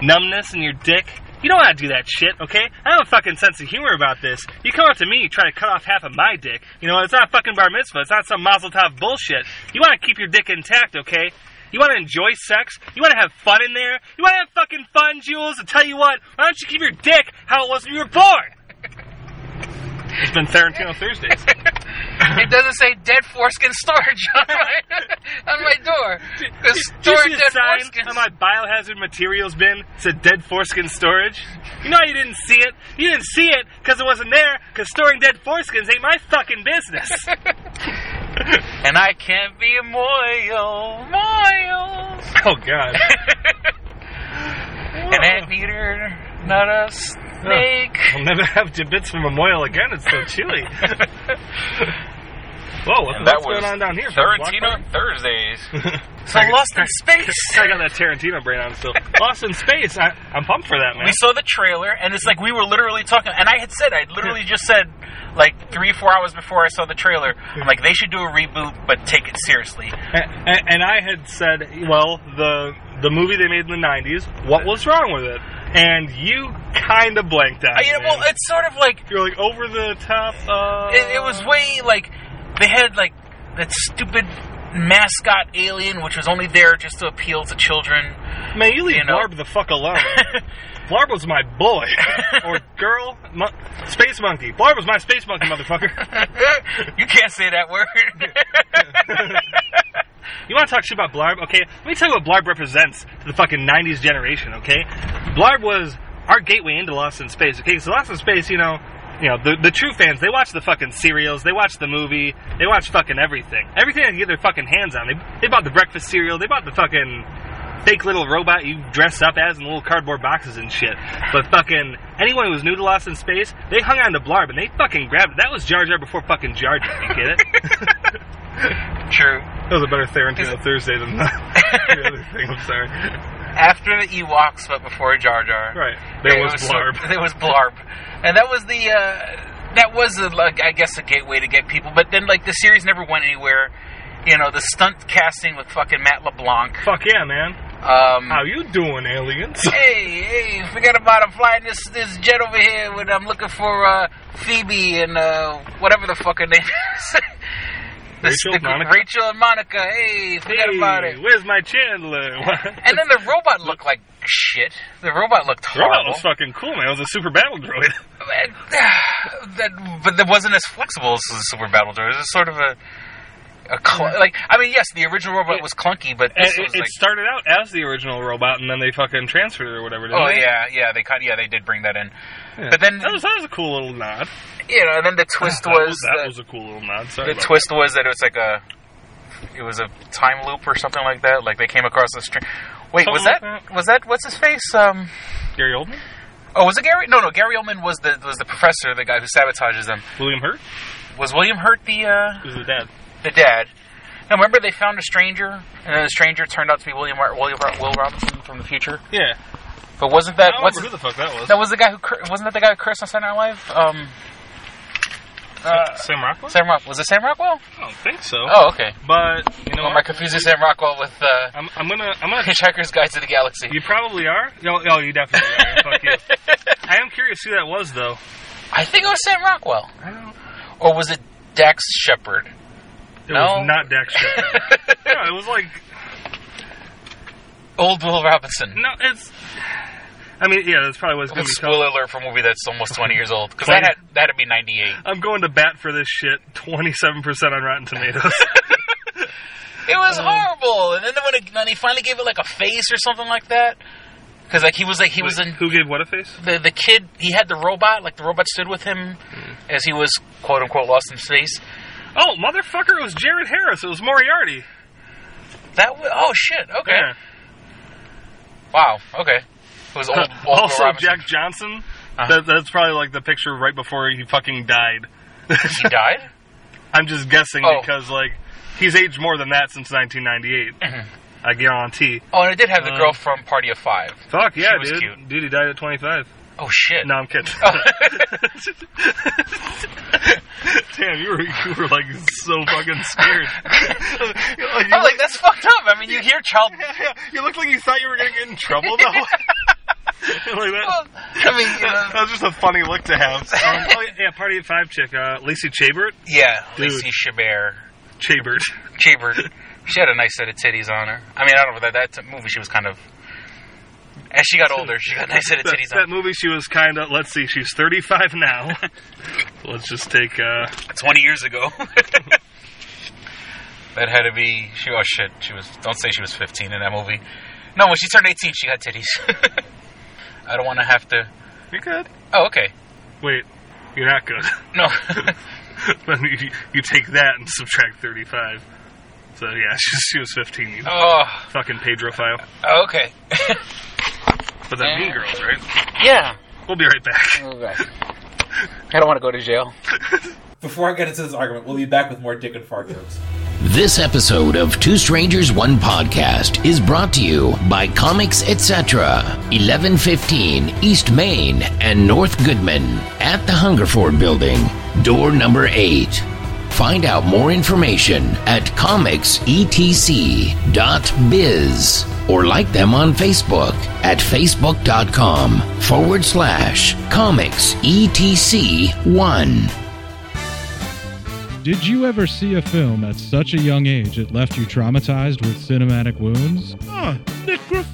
numbness in your dick. You don't want to do that shit, okay? I have a fucking sense of humor about this. You come up to me, try to cut off half of my dick. You know, it's not fucking bar mitzvah. It's not some mazel tov bullshit. You want to keep your dick intact, okay? You want to enjoy sex? You want to have fun in there? You want to have fucking fun, Jules? I tell you what, why don't you keep your dick how it was when you were born? It's been Tarantino Thursdays.
It doesn't say dead foreskin storage on my, on my door.
Did
Because
you
storage
see
dead
the sign
foreskins.
on my biohazard materials bin? It said dead foreskin storage. You know how you didn't see it? You didn't see it because it wasn't there, because storing dead foreskins ain't my fucking business.
and I can't be a moil, moil.
oh, God.
An anteater, not a snake.
I'll never have Gibbets for Memorial again. It's so chilly. Whoa, what, what's going on down here?
Tarantino Thursdays.
So
Lost in Space.
I got that Tarantino brain on still. Lost in Space. I, I'm pumped for that, man.
We saw the trailer, and it's like we were literally talking. And I had said, I literally just said, like three, four hours before I saw the trailer, I'm like, they should do a reboot, but take it seriously.
and, and I had said, well, the the movie they made in the '90s, what was wrong with it? And you kind of blanked out.
I, you know, well, it's sort of like
You're like over the top. Uh,
it, it was way like they had like that stupid mascot alien, which was only there just to appeal to children.
man. You leave
you know.
Blarb the fuck alone. Blarb was my boy or girl, mon- space monkey. Blarb was my space monkey, motherfucker.
you can't say that word.
You want to talk shit about Blarb? Okay, let me tell you what Blarb represents to the fucking 90s generation, okay? Blarb was our gateway into Lost in Space, okay? So Lost in Space, you know, you know, the, the true fans, they watch the fucking serials, they watch the movie, they watch fucking everything. Everything they can get their fucking hands on. They, they bought the breakfast cereal, they bought the fucking fake little robot you dress up as in little cardboard boxes and shit. But fucking anyone who was new to Lost in Space, they hung on to Blarb and they fucking grabbed it. That was Jar Jar before fucking Jar Jar, you get it?
True.
That was a better Tarantino Thursday than the, the other thing. I'm sorry.
After the Ewoks, but before Jar Jar.
Right. There
It
was
sort-
Blarb.
there was Blarb, and that was the uh, that was a, like I guess a gateway to get people. But then like the series never went anywhere. You know the stunt casting with fucking Matt LeBlanc.
Fuck yeah, man.
Um,
How you doing, aliens?
hey, hey, forget about I'm flying this this jet over here when I'm looking for uh, Phoebe and uh, whatever the fuck her name is.
Rachel, Monica?
Rachel and Monica. Hey, forget
Hey,
about it.
where's my Chandler?
And then the robot looked like shit. The robot looked
The robot
horrible.
was fucking cool, man. It was a super battle droid.
And, that, but that wasn't as flexible as the Super Battle Droid. It was sort of a A cl- like I mean, yes, the original robot was clunky, but
And
this
it,
was
it
like
started out as the original robot, and then they fucking transferred it or whatever. Didn't
oh
they?
yeah, yeah. They kind of yeah they did bring that in,
Yeah.
but then
that was, that was a cool little nod.
you know, and then the twist
that
was
that
that-
was a cool little nod. Sorry,
the
about
twist was that it was like a it was a time loop or something like that. Like they came across this. Tra- Wait, was
Something
that,
like
was that what's his face? Um,
that. Gary Oldman,
oh, was it Gary? No, no. Gary Oldman was the was the professor, the guy who sabotages them.
William Hurt
Was William Hurt the uh,
was the dad.
the dad? Now remember they found a stranger, and then the stranger turned out to be William Ro- William Ro- Will Robinson from the future.
Yeah,
But wasn't that
I don't
what's
remember who the fuck that was.
that was the guy who cur- wasn't that the guy who cursed on Saturday Night Live? Um, uh,
Sam Rockwell.
Sam Rock was it Sam Rockwell?
I don't think so.
Oh, okay.
But you know,
Am I
what?
confusing Sam Rockwell with uh,
I'm, I'm gonna I'm gonna
Hitchhiker's Guide to the Galaxy.
You probably are. No, oh, you definitely are. Fuck you. I am curious who that was, though.
I think it was Sam Rockwell,
I don't.
or was it Dax Shepard?
It
No.
was not Dax Shepard. no, it was like
Old Will Robinson.
no. It's. I mean, yeah, that's probably what's gonna be. tough.
Spoiler alert for a movie that's almost twenty years old because that
Twenty.
had that'd be ninety eight.
I'm going to bat for this shit. Twenty-seven percent on Rotten Tomatoes.
It was
Uh,
horrible, and then when it, then he finally gave it like a face or something like that, because like he was like he was
Wait,
in
Who gave what a face?
the the kid he had the robot like the robot stood with him
Hmm.
as he was quote unquote lost in space.
Oh, motherfucker! It was Jared Harris. It was Moriarty.
That was, oh shit okay
Yeah.
wow okay it was old, old Will
also,
Robinson.
Jack Johnson.
Uh-huh.
That, that's probably like the picture right before he fucking died.
he died.
I'm just guessing
Oh.
because like he's aged more than that since 1998.
Mm-hmm.
I guarantee.
Oh, and it did have the
Um,
girl from Party of Five.
Fuck yeah,
She was
dude.
cute.
Dude, he died at 25.
Oh shit.
No, I'm kidding. Damn, you were you were like so fucking scared. like, you
I'm like, that's fucked up. I mean, you hear child.
look- you looked like you thought you were gonna get in trouble though. like
Oh,
that.
I mean, you know,
That was just a funny look to have. Um, oh, yeah, Party at Five chick, uh, Lacey Chabert.
yeah,
Dude.
Lacey Chabert.
Chabert.
Chabert. She had a nice set of titties on her. I mean, I don't know that that movie. She was kind of. As she got older, she got a nice set of
That,
titties
that
on.
movie, she was kind of. Let's see, she's 35 now. Let's just take. uh
Twenty years ago. that had to be. She. Oh shit. She was. Don't say she was 15 in that movie. No, when she turned 18, she had titties. I don't want to have to.
You're good.
Oh, okay.
Wait, you're not good.
No.
Then you, you take that and subtract 35. So yeah, she, she was 15. You
oh.
fucking Pedro file.
Okay.
But that Mean Girls, right?
Yeah.
We'll be right back.
I don't want to go to jail.
Before I get into this argument, we'll be back with more dick and fart jokes.
This episode of Two Strangers One Podcast is brought to you by Comics Etc. 1115 East Main and North Goodman at the Hungerford Building, door number 8. Find out more information at comicsetc.biz or like them on Facebook at facebook.com forward slash comicsetc1.
Did you ever see a film at such a young age it left you traumatized with cinematic wounds? Ah,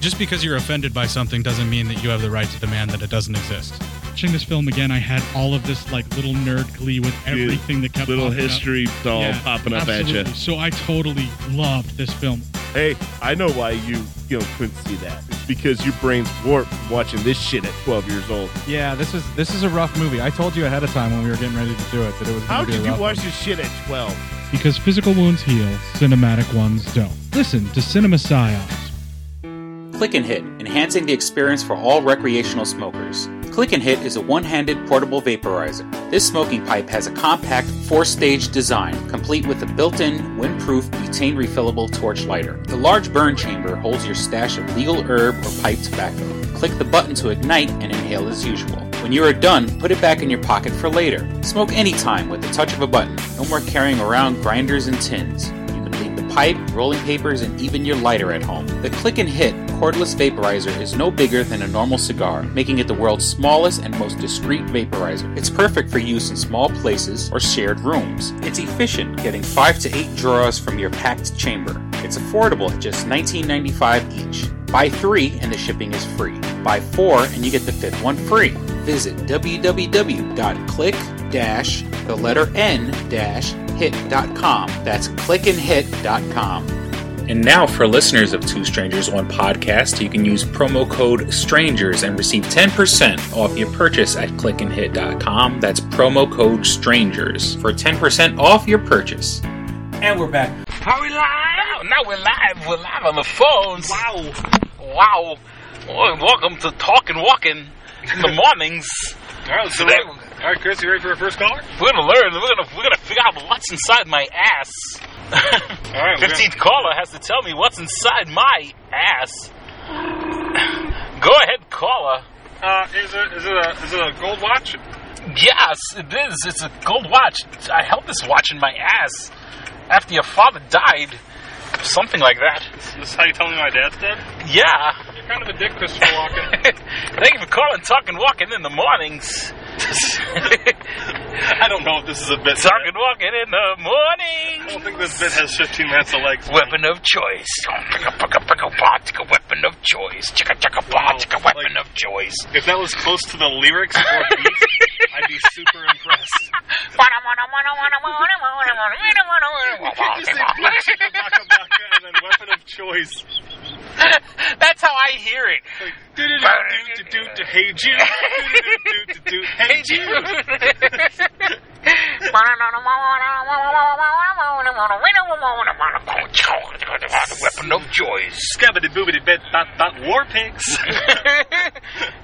Just because you're offended by something doesn't mean that you have the right to demand that it doesn't exist. Watching this film again, I had all of this like little nerd glee with
Dude,
everything that kept
Little
popping up.
history doll
Yeah,
popping up
absolutely.
at you.
So I totally loved this film.
Hey, I know why you you know, couldn't see that. It's because your brain's warped watching this shit at 12 years old.
Yeah, this is this is a rough movie. I told you ahead of time when we were getting ready to do it that it was.
How did you watch this shit at 12?
Because physical wounds heal, cinematic ones don't. Listen to Cinema Psyops.
Click and hit, enhancing the experience for all recreational smokers. Click and Hit is a one handed portable vaporizer. This smoking pipe has a compact four stage design, complete with a built in, windproof, butane refillable torch lighter. The large burn chamber holds your stash of legal herb or pipe tobacco. Click the button to ignite and inhale as usual. When you are done, put it back in your pocket for later. Smoke anytime with the touch of a button. No more carrying around grinders and tins. You can leave the pipe, rolling papers, and even your lighter at home. The Click and Hit cordless vaporizer is no bigger than a normal cigar, making it the world's smallest and most discreet vaporizer. It's perfect for use in small places or shared rooms. It's efficient, getting 5 to 8 draws from your packed chamber. It's affordable at just $19.95 each. Buy three and the shipping is free. Buy four and you get the fifth one free. Visit www.click the letter n hit.com. That's clickandhit.com.
And now, for listeners of Two Strangers One Podcast, you can use promo code STRANGERS and receive 10% off your purchase at clickandhit.com. That's promo code STRANGERS for 10% off your purchase.
And we're back.
Are we live? Now, now we're live. We're live on the phones. Wow. Wow. Well, welcome to Talking Walking in the mornings.
All right, so
Today-
we're- all right, Chris, you ready for our first caller?
We're gonna learn. We're gonna we're gonna figure out what's inside my ass.
All right, we're
Fifteenth caller has to tell me what's inside my ass. Go ahead, caller.
Uh, is it is it a is it a gold watch?
Yes, it is. It's a gold watch. I held this watch in my ass after your father died, something like that.
This is how you tell me my dad's dead?
Yeah.
You're kind of a dick, Christopher Walken.
Thank you for calling, talking, walking in the mornings.
I don't know if this is a bit.
Talking, walking in the morning.
I don't think this bit has 15 minutes of legs.
Weapon of choice. Chicka, picka, picka, bah, chicka, Weapon of choice. Chicka, chicka, bah, chicka, Weapon of choice.
If that was close to the lyrics or beat, I'd be super impressed. You can't just say black chicka baka baka and then weapon of choice.
That's how I hear it.
Do-do-do-do-do-do, Hey Jude. Do-do-do-do-do, Hey Jude.
Weapon of choice.
Scabbity boobity bed bop bop war pigs.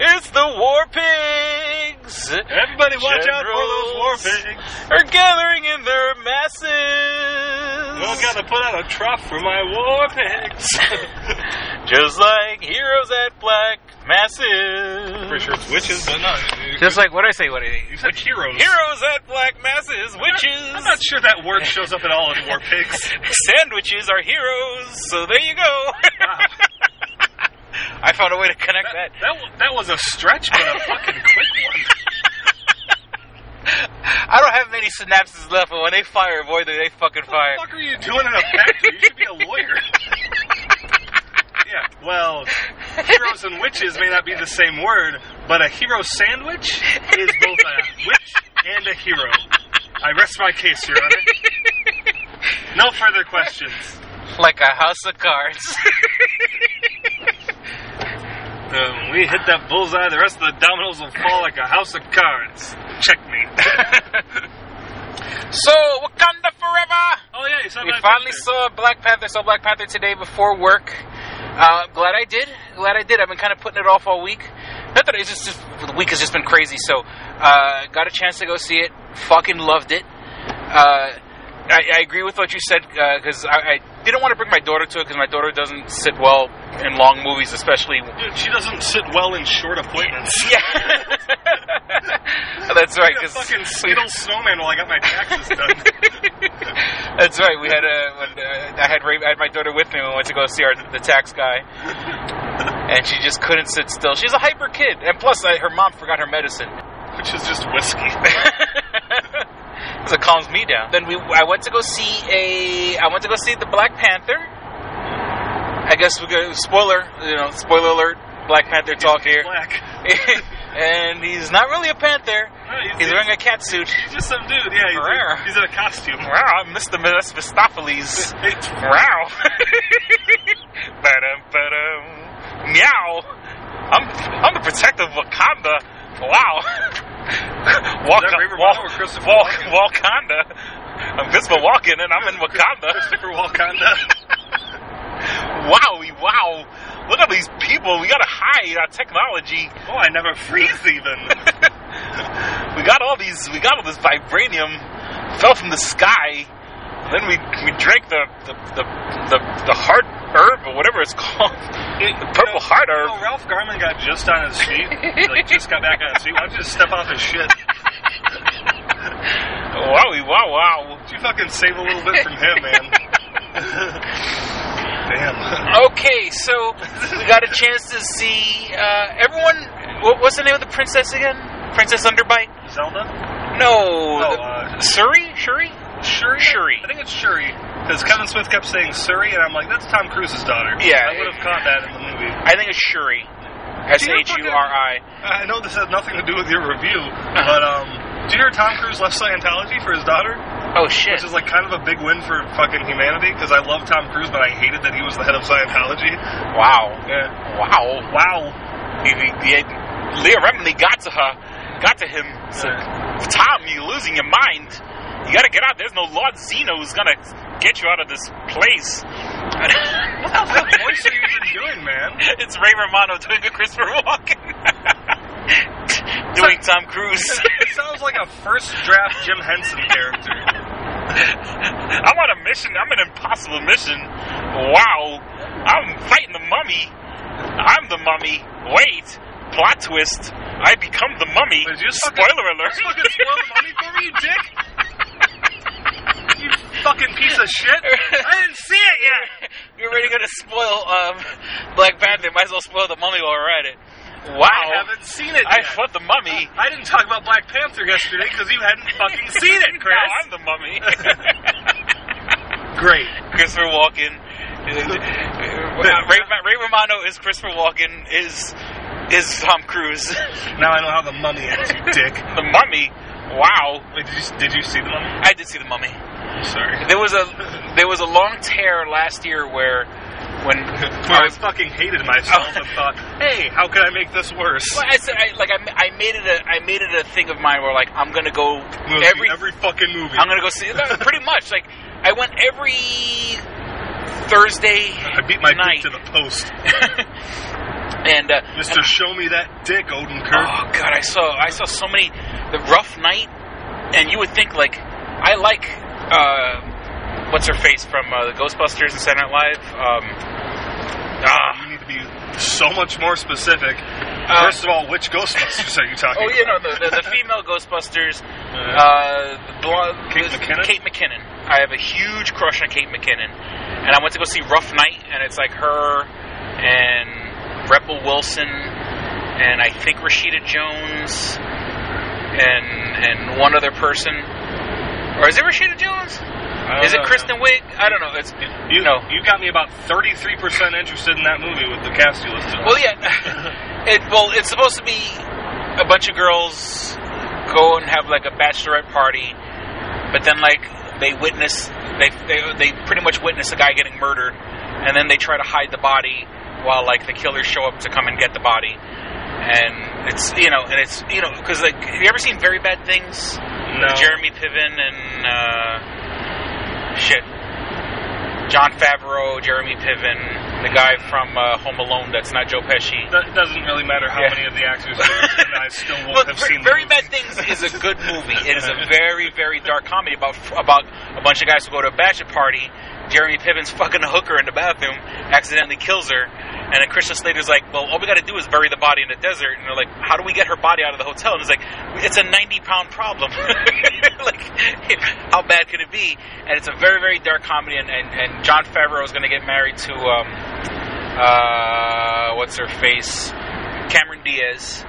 it's the war pigs.
Everybody watch out for those war pigs.
Are gathering in their masses.
Well, gotta put out a trough for my war pigs.
Just like heroes at black masses.
Pretty sure it's witches, but no.
Just like what I say, what I
You said heroes.
Heroes at black masses, witches.
I'm not sure that word shows up at all in war pigs.
Sandwiches are heroes, so there you go. I found a way to connect that.
That, wa- that was a stretch, but a fucking quick one.
I don't have many synapses left, but when they fire, boy, do they fucking fire.
What the fuck are you doing in a factory? You should be a lawyer. yeah, well, heroes and witches may not be the same word, but a hero sandwich is both a witch and a hero. I rest my case, Your Honor. No further questions.
Like a house of cards.
Um, we hit that bullseye, the rest of the dominoes will fall like a house of cards. Checkmate.
so, Wakanda forever!
Oh, yeah, you saw
We
Black
finally
Panther.
saw Black Panther. Saw Black Panther today before work. Uh, glad I did. Glad I did. I've been kind of putting it off all week. Not that it's just, just the week has just been crazy. So uh, got a chance to go see it. Fucking loved it. Uh, I, I agree with what you said because I, I didn't want to bring my daughter to it because my daughter doesn't sit well in long movies, especially.
Dude, she doesn't sit well in short appointments.
Yeah. That's right.
Like a
'cause
fucking Skittle snowman while I got my taxes done.
That's right. We had a. When, uh, I had Ray, I had my daughter with me when we went to go see our the tax guy, and she just couldn't sit still. She's a hyper kid, and plus I, her mom forgot her medicine.
Which is just whiskey.
so it calms me down. Then we, I went to go see a, I went to go see the Black Panther. I guess we go spoiler, you know, spoiler alert. Black Panther talk here. and he's not really a panther.
he's-
he's wearing a cat suit.
Just some dude, yeah. He's,
Rare.
in- he's in a costume.
Wow, I missed the Mephistopheles. wow. Ba-dum, ba-dum. Meow. I'm I'm the protector of Wakanda. Wow. Walk,
that Raymond
walk,
Brown or Christopher
walk, Wakanda. I'm Christopher Walken and I'm in Wakanda.
Christopher Wakanda.
Wowie, wow. Look at these people. We gotta hide our technology.
Oh, I never freeze even.
we got all these. We got all this vibranium. Fell from the sky. Then we we drank the the the the, the heart herb or whatever it's called. the purple heart herb.
Oh, Ralph Garman got just on his feet. He, like just got back on his feet. Why don't you just step off his shit?
Wowie, wow, wow.
Did you fucking save a little bit from him, man? Damn.
Okay, so we got a chance to see uh, everyone. What, what's the name of the princess again? Princess Underbite?
Zelda?
No.
Oh,
the-
uh,
Suri? Shuri?
Shuri?
Shuri.
I think it's Shuri. Because Kevin Smith kept saying Suri, and I'm like, that's Tom Cruise's daughter.
Yeah.
I would have caught that in the movie.
I think it's Shuri. S H U R I.
I know this has nothing to do with your review,
Uh-huh.
but um, do you hear Tom Cruise left Scientology for his daughter?
Oh shit!
Which is like kind of a big win for fucking humanity because I love Tom Cruise, but I hated that he was the head of Scientology.
Wow.
Yeah.
Wow.
Wow.
He, he, he, Leah Remini got to her, got to him. So, Tom, you losing your mind. You gotta get out. There's no Lord Zeno who's gonna get you out of this place. what the voice are you even
doing, man?
It's Ray Romano doing a Christopher Walken. doing Tom Cruise.
it sounds like a first draft Jim Henson character.
I'm on a mission. I'm an impossible mission. Wow. I'm fighting the mummy. I'm the mummy. Wait. Plot twist. I become the mummy. Spoiler alert.
You fucking spoil the money for me, you dick. You fucking piece of shit. I didn't see it yet.
You're already gonna spoil um, Black Panther. Might as well spoil the mummy while we're at it. Wow.
I haven't seen it.
I
yet.
fought the mummy.
I didn't talk about Black Panther yesterday because you hadn't fucking seen it, Chris.
Now I'm the mummy.
Great.
Christopher Walken. Uh, Ray, Ray Romano is Christopher Walken. Is is Tom Cruise?
Now I know how the mummy ends, you dick.
the Mummy. Wow.
Wait, did you, did you see the mummy?
I did see the Mummy.
Sorry.
There was a there was a long tear last year where when
Where I fucking hated myself and thought, hey, how could I make this worse?
Well, I said, I, like I, I made it a I made it a thing of mine where like I'm gonna go
We'll see
every
every fucking movie.
I'm gonna go see pretty much like I went every Thursday
I beat my
night.
dick to the post.
and uh,
Mister, show me that dick, Odenkirk.
Oh god, I saw I saw so many the rough night, and you would think like I like uh, what's her face from uh, the Ghostbusters and Saturday Night Live. Um, ah,
You need to be so much more specific. First of all, which Ghostbusters are you talking about?
Uh-huh. oh yeah, no, the, the, the female Ghostbusters,
Yeah.
uh, the blonde,
Kate
the-
McKinnon?
Kate McKinnon. I have a huge crush on Kate McKinnon, and I went to go see Rough Night, and it's like her and Rebel Wilson, and I think Rashida Jones, and and one other person, or is it Rashida Jones?
don't
Is it
know.
Kristen Wiig? I don't know. It's
You know, you got me about thirty-three percent interested in that movie with the cast you listed.
Well, yeah. It well, it's supposed to be a bunch of girls go and have like a bachelorette party, but then like they witness they they, they pretty much witness a guy getting murdered, and then they try to hide the body while like the killers show up to come and get the body, and it's you know and it's you know because like have you ever seen Very Bad Things?
No.
With Jeremy Piven and uh, shit. John Favreau, Jeremy Piven, the guy from uh, Home Alone that's not Joe Pesci.
That doesn't really matter how
Yeah.
many of the actors are, in it, I still won't
Look,
have
Ver-
seen the
Very
movie.
Bad Things is a good movie. It is a very, very dark comedy about about a bunch of guys who go to a bachelor party. Jeremy Piven's fucking a hooker in the bathroom, accidentally kills her, and then Christian Slater's like, "Well, all we got to do is bury the body in the desert." And they're like, "How do we get her body out of the hotel?" And he's like, "It's a ninety-pound problem. like, how bad could it be?" And it's a very, very dark comedy. And and, and John Favreau is going to get married to um, uh, what's her face, Cameron Diaz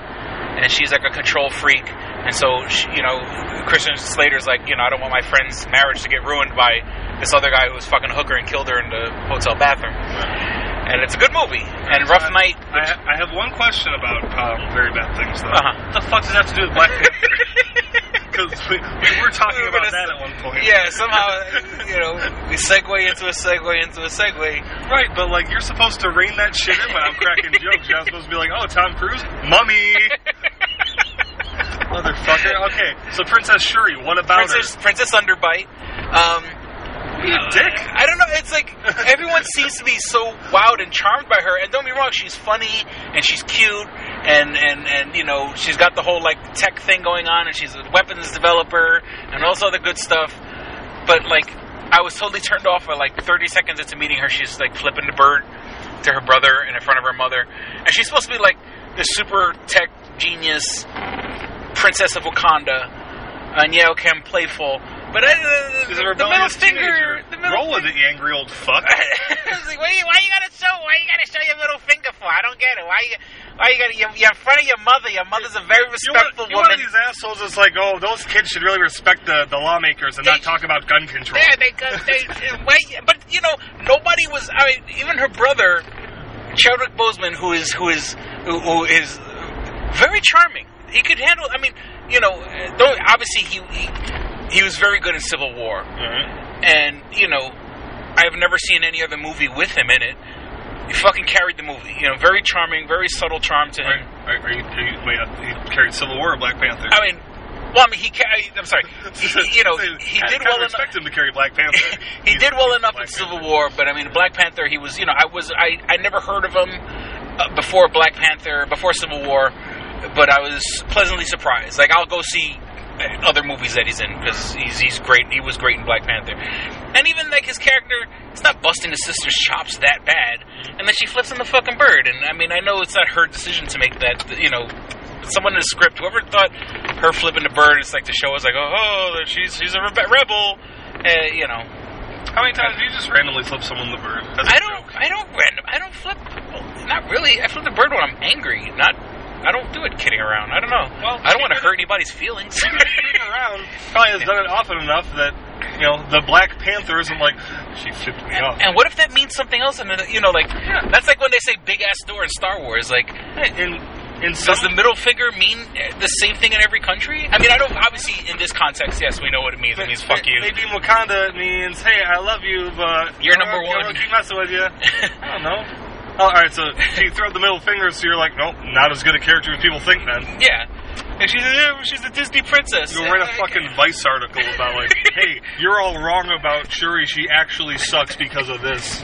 and she's like a control freak. And so, she, you know, Christian Slater's like, you know, I don't want my friend's marriage to get ruined by this other guy who was fucking hooker and killed her in the hotel bathroom. And it's a good movie. And Rough Night.
I, ha- I have one question about um, Very Bad Things, though.
Uh-huh.
What the fuck does that have to do with Black Panther? Because we, we were talking
We were
about
gonna
that at one point.
Yeah, somehow, you know, we segue into a segue into a segue.
Right, but like you're supposed to rein that shit in when I'm cracking jokes. You're not supposed to be like, "Oh, Tom Cruise, mummy." Motherfucker. Okay, so Princess Shuri, what about
Princess, Princess Underbite. Um,
her? You dick.
I don't know. It's like everyone seems used to be so wowed and charmed by her. And don't be wrong, she's funny and she's cute and and and you know she's got the whole like tech thing going on and she's a weapons developer and all this other good stuff. But like, I was totally turned off by like 30 seconds into meeting her. She's like flipping the bird to her brother and in front of her mother, and she's supposed to be like the super tech genius princess of Wakanda. And yeah, okay, I'm playful, but I, the,
She's a
the middle
rebellious
finger,
teenager.
the middle
Roll with it, you angry old fuck.
It's like, why you, why you gotta show? Why you gotta show your middle finger for? I don't get it. Why you? Why you gotta? You're, you're in front of your mother. Your mother's a very respectful
You're one
woman.
of these assholes that's like, oh, those kids should really respect the, the lawmakers and not talk about gun control.
Yeah, they, go- they, why, but you know, nobody was. I mean, even her brother, Chadwick Boseman, who is who is who, who is very charming. He could handle. I mean, you know, uh, though obviously he he, he was very good in Civil War, and you know, I have never seen any other movie with him in it. He fucking carried the movie. You know, very charming, very subtle charm to him.
Are, are you, are you, wait, uh, he carried Civil War or Black Panther?
I mean, well, I mean, he. ca- I- I'm sorry. Oh, He, he- you know, he
I
did
kinda
well enough.
expect him to carry Black Panther.
he did well enough in Civil War, but I mean, Black Panther, he was, you know, I was, I, I never heard of him uh, before Black Panther, before Civil War, but I was pleasantly surprised. Like, I'll go see uh, other movies that he's in because he's, he's great. He was great in Black Panther, and even like his character, it's not busting his sister's chops that bad. And then she flips on the fucking bird, and I mean, I know it's not her decision to make that, you know. Someone in the script, whoever thought her flipping the bird is like the show was like, oh, she's she's a rebe- rebel, uh, you know.
How many times do you just randomly flip someone the bird? That's
I don't. I don't random. I don't flip. well, Not really. I flip the bird when I'm angry. Not. I don't do it kidding around. I don't know.
Well,
I don't want to
she
hurt anybody's feelings.
kidding around. Probably has done it often enough that you know the Black Panther isn't like she flipped me off.
and what if that means something else? And you know, like that's like when they say big ass door in Star Wars. Like,
in, in
does the middle finger mean uh, the same thing in every country? I mean, I don't. Obviously, in this context, yes, we know what it means. It means fuck you.
Maybe in Wakanda it means hey, I love you, but
You're number
I don't- I
one.
don't keep messing with you. I don't know. Oh, all right, so she throw the middle finger, so you're like, nope, not as good a character as people think. Then
Yeah. And she's a, she's a Disney princess.
you'll write a fucking Vice article about like, hey, you're all wrong about Shuri. She actually sucks because of this.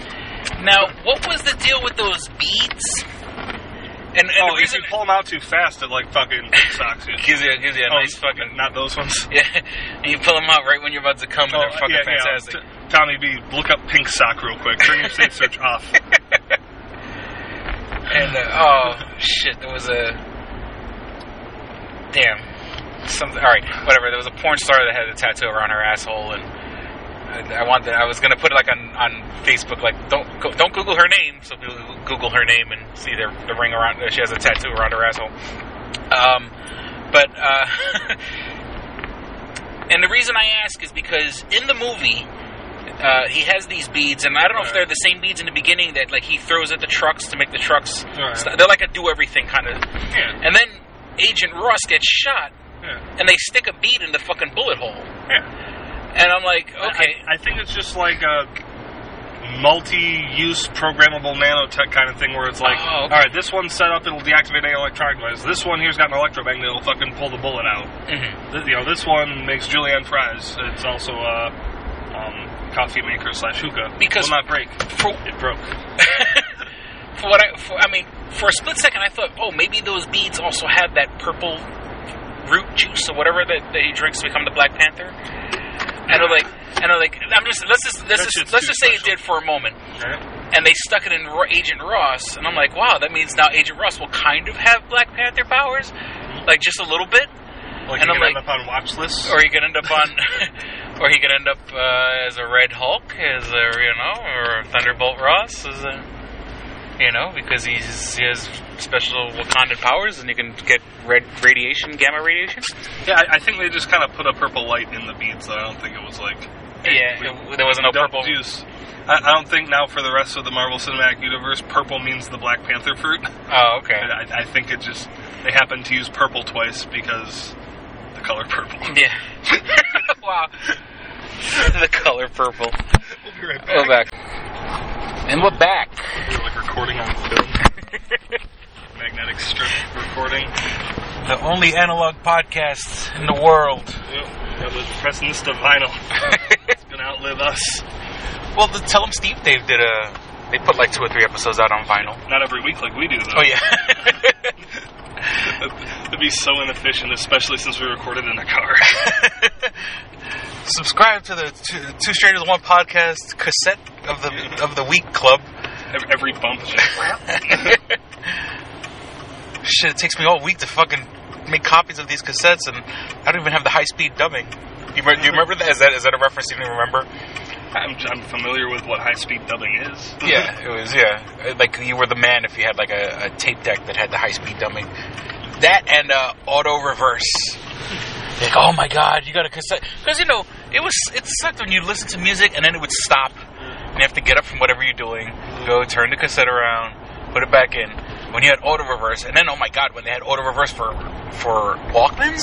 Now, what was the deal with those beads? And, and
oh,
the reason
if you pull them out too fast, it like fucking socks you.
gives you gives you a
Oh,
nice fucking
not those ones.
Yeah, and you pull them out right when you're about to come,
Oh,
and they're fucking fantastic.
T- Tommy B, look up pink sock real quick. Turn your safe search off.
And uh, oh shit, there was a damn something. All right, whatever. There was a porn star that had a tattoo around her asshole, and I, I wanted. I was gonna put it like on on Facebook, like don't go, don't Google her name, so people who Google her name and see the the ring around. She has a tattoo around her asshole. Um, but uh, and the reason I ask is because in the movie. Uh, he has these beads, and I don't know if they're the same beads in the beginning that like he throws at the trucks to make the trucks.
Right.
They're like a do everything kind of. And then Agent Ross gets shot,
Yeah.
and they stick a bead in the fucking bullet hole. And I'm like, okay.
I, I think it's just like a multi-use programmable nanotech kind of thing where it's like,
Oh, okay.
all right, this one's set up, it'll deactivate any electronic device. This one here's got an electromagnet, it'll fucking pull the bullet out.
Mhm.
Th- you know, this one makes Julianne fries. It's also a um, coffee maker slash hookah.
Because-
will not break.
For,
it broke.
for what I, for, I mean, for a split second, I thought, oh, maybe those beads also have that purple root juice or whatever that, that he drinks to become the Black Panther. And I'm like, and I'm like, I'm just let's just let's just, let's just say it did for a moment. And they stuck it in Ro- Agent Ross, and I'm like, wow, that means now Agent Ross will kind of have Black Panther powers, like just a little bit.
Like
and
you can
I'm like,
end up on watch lists.
or he could end up on, or he could end up uh, as a Red Hulk, as a you know, or Thunderbolt Ross, as a you know, because he's he has special Wakandan powers and he can get red radiation, gamma radiation.
Yeah, I, I think they just kind of put a purple light in the beads. Though. I don't think it was like
Yeah, it- there wasn't no
don't
purple.
juice. I, I don't think now for the rest of the Marvel Cinematic Universe, purple means the Black Panther fruit.
Oh, okay.
I, I think it just they happened to use purple twice because the color purple.
Yeah. wow. the color purple.
We'll be right
We're back. And we're back.
We're like recording on film. Magnetic strip recording.
The only analog podcast in the world.
Yep, that was pressing this to vinyl. it's gonna outlive us.
Well, the Tell 'em Steve Dave did a They put like two or three episodes out on vinyl.
Not every week like we do, though.
Oh yeah.
It'd be so inefficient, especially since we recorded in a car.
Subscribe to the two, two Strangers One podcast cassette of the of the week club.
Every, every bump.
Shit, it takes me all week to fucking make copies of these cassettes, and I don't even have the high speed dubbing. You, re- do you remember that? Is that is that a reference you even remember?
I'm, I'm familiar with what high speed dubbing is.
Yeah, it was. Yeah, Uh, like you were the man if you had like a, a tape deck that had the high speed dumbing. That and uh, auto reverse. Like, oh my god, you got a cassette? Because you know, it was it sucked when you listen to music and then it would stop, and you have to get up from whatever you're doing, go turn the cassette around, put it back in. When you had auto reverse, and then oh my god, when they had auto reverse for for Walkmans,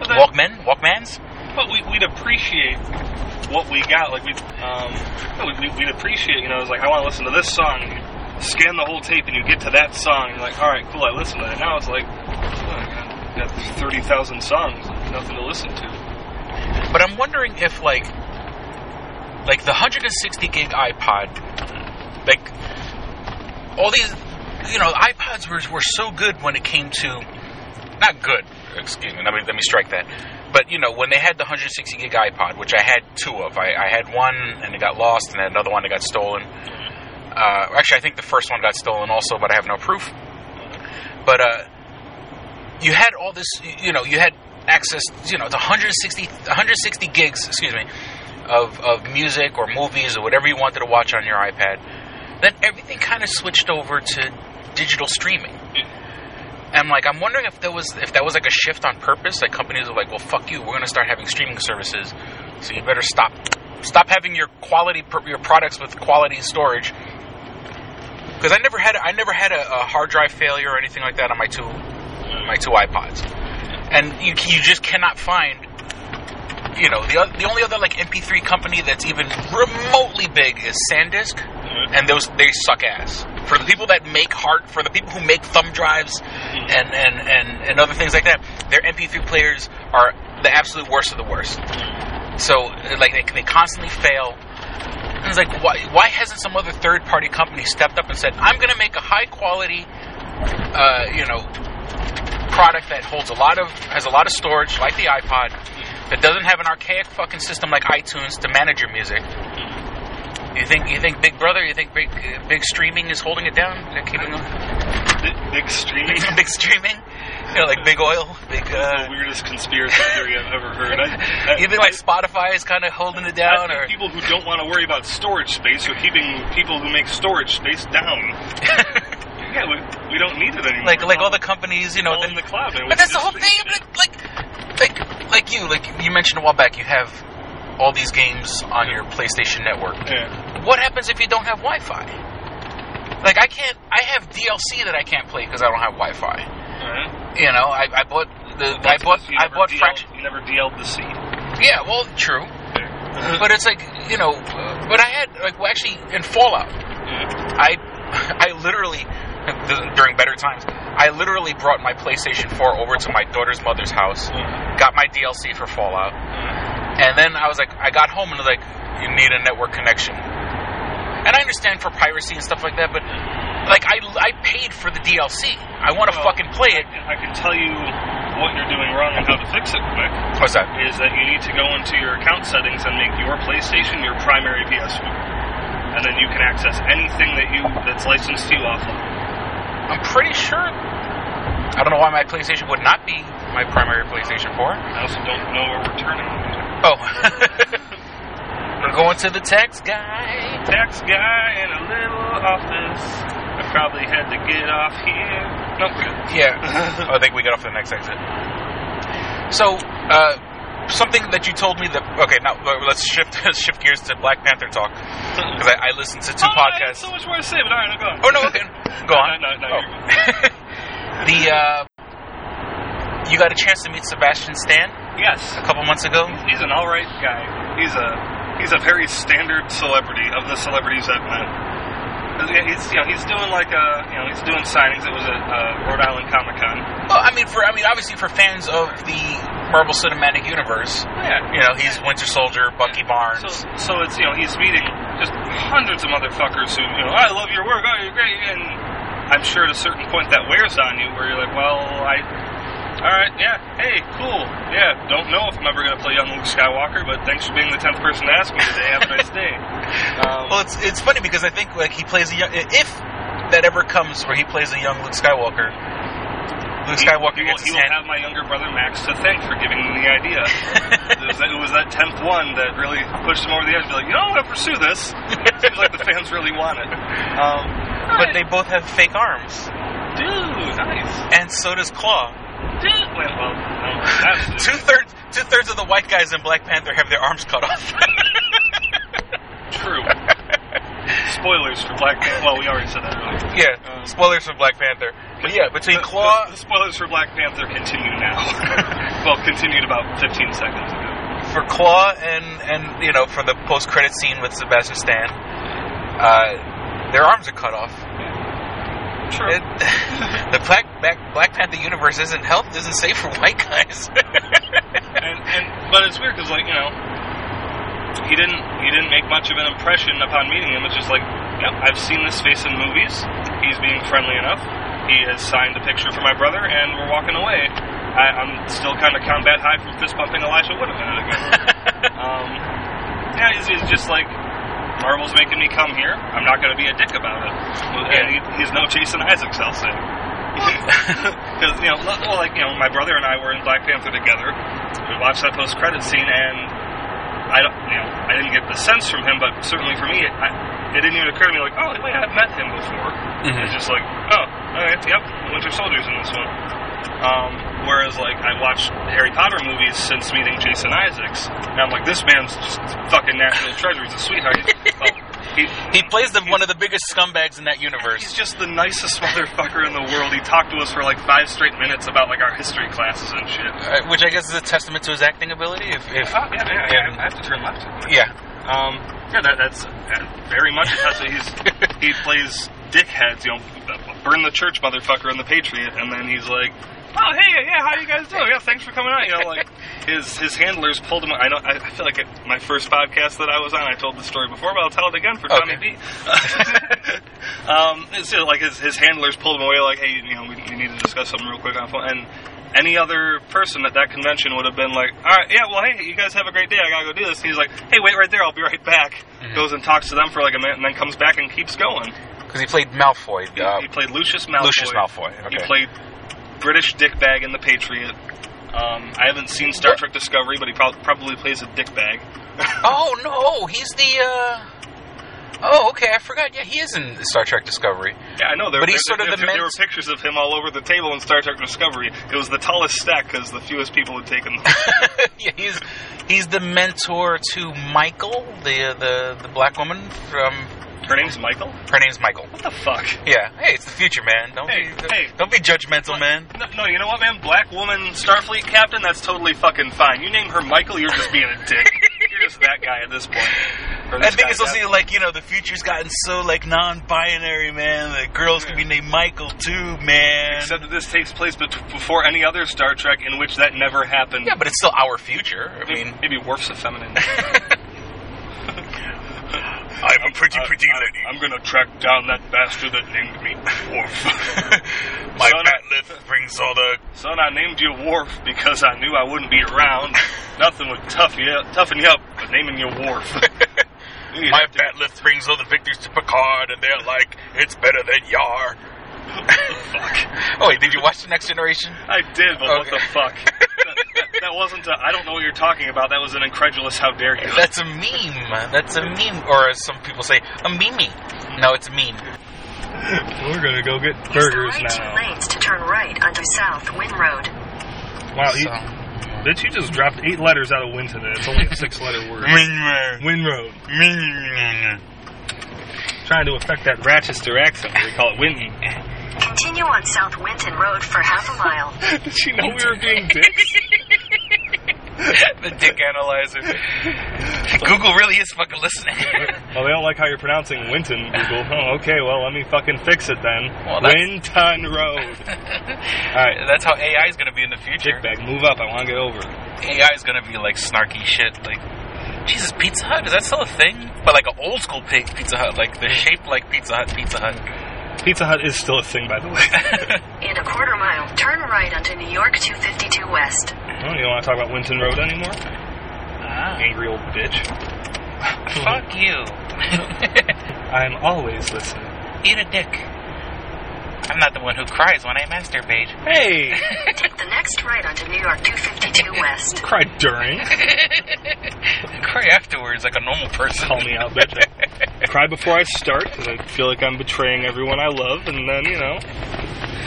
But then-
Walkmen, Walkmans.
But we, we'd appreciate what we got. Like we'd, um, yeah, we'd, we'd appreciate, you know, it's like I want to listen to this song. And you scan the whole tape, and you get to that song. And you're like, all right, cool, I listened to it. Now it's like, oh, I got, got thirty thousand songs, nothing to listen to.
But I'm wondering if like like the 160 gig iPod, like all these, you know, iPods were were so good when it came to not good. Excuse me. Let me let me strike that. But you know, when they had the 160 gig iPod, which I had two of, I, I had one and it got lost, and I had another one that got stolen. Uh, actually, I think the first one got stolen also, but I have no proof. But uh, you had all this, you know, you had access, you know, to 160, 160 gigs, excuse me, of, of music or movies or whatever you wanted to watch on your iPad. Then everything kind of switched over to digital streaming. And like, I'm wondering if there was if that was like a shift on purpose. Like companies are like, well, fuck you, we're gonna start having streaming services, so you better stop stop having your quality pr- your products with quality storage. Because I never had I never had a, a hard drive failure or anything like that on my two my two iPods, and you you just cannot find. You know, the, oth- the only other like MP3 company that's even remotely big is SanDisk, and those they suck ass. For the people that make hard, for the people who make thumb drives and and and, and other things like that, their MP3 players are the absolute worst of the worst. So like they, they constantly fail. And it's like why why hasn't some other third party company stepped up and said I'm going to make a high quality, uh, you know, product that holds a lot of has a lot of storage, like the iPod, that doesn't have an archaic fucking system like iTunes to manage your music. You think you think Big Brother, you think Big uh, Big Streaming is holding it down? They're keeping
big, big streaming,
big streaming, you know, like Big Oil, Big. Uh,
the weirdest conspiracy theory I've ever heard. I, I,
you think like Spotify is kind of holding it down,
I think people
or
who don't want to worry about storage space are keeping people who make storage space down. yeah, we, we don't need it anymore.
like like all the companies, you know,
All
that-
in the cloud. and we
But that's the
just-
whole thing. Like, like, like you, like you mentioned a while back, you have all these games on your PlayStation Network. What happens if you don't have Wi-Fi? Like, I can't. I have DLC that I can't play because I don't have Wi-Fi. You know, I, I bought the. I bought.
You
I
never
bought
DL
Fraction.
You never DL'd the seed.
Yeah, well, true. But it's like you know, but I had like well, actually in Fallout, I I literally during better times, I literally brought my PlayStation 4 over to my daughter's mother's house,
Mm.
got my DLC for Fallout, and then I was like, I got home and was like, you need a network connection, and I understand for piracy and stuff like that, but like I I paid for the DLC, I want to
Well,
fucking play it.
I can tell you what you're doing wrong and how to fix it quick.
What's that?
Is that you need to go into your account settings and make your PlayStation your primary PS4, and then you can access anything that you that's licensed to you offline.
I'm pretty sure. I don't know why my PlayStation would not be my primary PlayStation 4.
I also don't know where we're turning.
Oh. We're going to the tax guy.
Tax guy in a little office. I probably had to get off here. No, good.
Yeah. Oh, I think we got off the next exit. So, uh, something that you told me that okay, now uh, let's shift shift gears to Black Panther talk because I, I listened to two
Oh, I had
podcasts.
so much more to say, but all right, I'll go on.
Oh no, okay, go on.
No, no, no,
Oh. the uh, you got a chance to meet Sebastian Stan
Yes.
a couple months ago.
He's an all right guy. He's a he's a very standard celebrity of the celebrities I've met. Uh, He's you know he's doing like a you know he's doing signings. It was at uh, Rhode Island Comic Con.
Well, I mean, for I mean, obviously for fans of the Marvel Cinematic Universe,
Yeah.
you know, he's Winter Soldier, Bucky Barnes.
So so it's you know he's meeting just hundreds of motherfuckers who, you know, I love your work, oh, you're great, and I'm sure at a certain point that wears on you where you're like, well, I, alright, yeah, hey, cool, yeah, don't know if I'm ever going to play young Luke Skywalker, but thanks for being the 10th person to ask me today, have a nice day. Um,
well, it's it's funny because I think like he plays a young if that ever comes where he plays a young Luke Skywalker.
He-
Luke Skywalker
he will,
gets
he
his
will
hand.
have my younger brother Max to thank for giving him the idea. it, was that, it was that tenth one that really pushed him over the edge. Be like, you know, I'm gonna pursue this. Seems like the fans really want it. Um,
But they both have fake arms.
Dude, nice.
And so does Claw.
Dude, well, well, no,
two thirds two thirds of the white guys in Black Panther have their arms cut off.
True. Spoilers for Black Panther. Well, we already said that. Earlier.
yeah. spoilers for Black Panther. But yeah, between Claw,
The, the spoilers for Black Panther continue now. well, continued about 15 seconds ago.
for Claw and and you know for the post credit scene with Sebastian Stan, uh, their arms are cut off.
True.
the Black, Black Black Panther universe isn't health isn't safe for white guys.
and, and but it's weird because like you know, he didn't he didn't make much of an impression upon meeting him. It's just like, yep, I've seen this face in movies. He's being friendly enough. He has signed a picture for my brother, and we're walking away. I, I'm still kind of combat high from fist bumping Elijah Wood a minute ago. um, yeah, he's, he's just like. Marvel's making me come here. I'm not going to be a dick about it. And he, he's no Jason Isaacs, I'll say. Because you know, li- well, like you know, my brother and I were in Black Panther together. We watched that post credit scene, and I don't, you know, I didn't get the sense from him, but certainly for me, it, I, it didn't even occur to me like, oh wait, I've met him before.
Mhm.
It's just like, oh, all right, yep, Winter Soldier's in this one. Um, whereas like I've watched Harry Potter movies since meeting Jason Isaacs, and I'm like, this man's just fucking national treasure. He's a sweetheart. He's- well, he,
he plays the, one of the biggest scumbags in that universe.
He's just the nicest motherfucker in the world. He talked to us for like five straight minutes about like our history classes and shit.
Uh, which I guess is a testament to his acting ability. If, if
Oh, yeah, yeah, yeah, I have to turn left.
Yeah.
Um, yeah, that, that's that very much that's what he's he plays dickheads, you know, burn the church motherfucker and the patriot, and then he's like, oh hey, yeah, how you guys doing? Yeah, thanks for coming out. You know, like his his handlers pulled him. I know. I I feel like it, my first podcast that I was on, I told the story before, but I'll tell it again for Tommy B. um, so like his his handlers pulled him away, like, hey, you know, we, we need to discuss something real quick on the phone. And any other person at that convention would have been like, all right, yeah, well, hey, you guys have a great day. I gotta go do this. And he's like, hey, wait right there. I'll be right back. Goes and talks to them for like a minute, and then comes back and keeps going.
Because he played Malfoy.
He,
uh,
he played Lucius Malfoy.
Lucius Malfoy,
He
okay.
played British dickbag in The Patriot. Um, I haven't seen Star Trek Discovery, but he prob- probably plays a dickbag.
oh no, he's the. Uh... Oh, okay, I forgot. Yeah, he is in Star Trek Discovery.
Yeah, I know. There,
but he's
there-
sort of
there-
the
there
men.
were pictures of him all over the table in Star Trek Discovery. It was the tallest stack because the fewest people had taken them.
yeah, he's he's the mentor to Michael, the the the black woman from.
Her name's Michael.
Her name's Michael. What
the fuck?
Yeah. Hey, it's the future, man. Don't
Hey,
be
hey.
don't be judgmental, man.
No, no, you know what, man? Black woman Starfleet captain, that's totally fucking fine. You name her Michael, you're just being a dick. you're just that guy at this point. Or
I
this
think
guy,
it's also
that-
like you know the future's gotten so like non-binary, man. The girls can be named Michael too, man.
Except that this takes place bet- before any other Star Trek in which that never happened.
Yeah, but it's still our future. I mean,
maybe Worf's a feminine.
I'm a pretty, pretty
lady. I'm gonna track down that bastard that named me Worf.
My
bat lift brings all the. Son, I named you Worf because I knew I wouldn't be around. Nothing would tough you up, toughen you up, but naming you Worf.
My bat lift brings all the victors to Picard, and they're like, it's better than Yar.
Oh wait, did you watch the Next Generation?
I did, but what the fuck? that, that wasn't. I I don't know what you're talking about. That was an incredulous. How dare you?
That's a meme. That's a meme, or as some people say, a meme. No, it's a meme.
We're gonna go get burgers
Right two
now.
lanes to turn right onto South Wynn Road.
Wow, you, bitch, you just dropped eight letters out of win today. It's only a six-letter word.
Winroad.
Winroad. Trying to affect that Rochester accent. They call it Winton.
Continue on South Winton Road for half a mile.
Did she know we were being dicks?
the dick analyzer. Google really is fucking listening.
Well, they don't like how you're pronouncing Winton, Google. Oh, okay, well, let me fucking fix it then.
Well, that's-
Winton Road. All right,
That's how AI is going to be in the future.
Dickbag, move up. I want to get over. it.
AI is going to be like snarky shit, like Jesus, Pizza Hut is that still a thing? But like an old school pig Pizza Hut, like they're shaped like Pizza Hut. Pizza Hut.
Pizza Hut is still a thing, by the way.
In a quarter mile, turn right onto New York 252 West.
Oh, you don't want to talk about Winton Road anymore?
Ah.
Angry old bitch.
Fuck you.
I'm always listening.
Eat a dick. I'm not the one who cries when I masturbate.
Hey!
Take the next right onto New York 252 West.
Cry during.
Cry afterwards like a normal person.
Call me out, bitch. I cry before I start because I feel like I'm betraying everyone I love, and then, you know,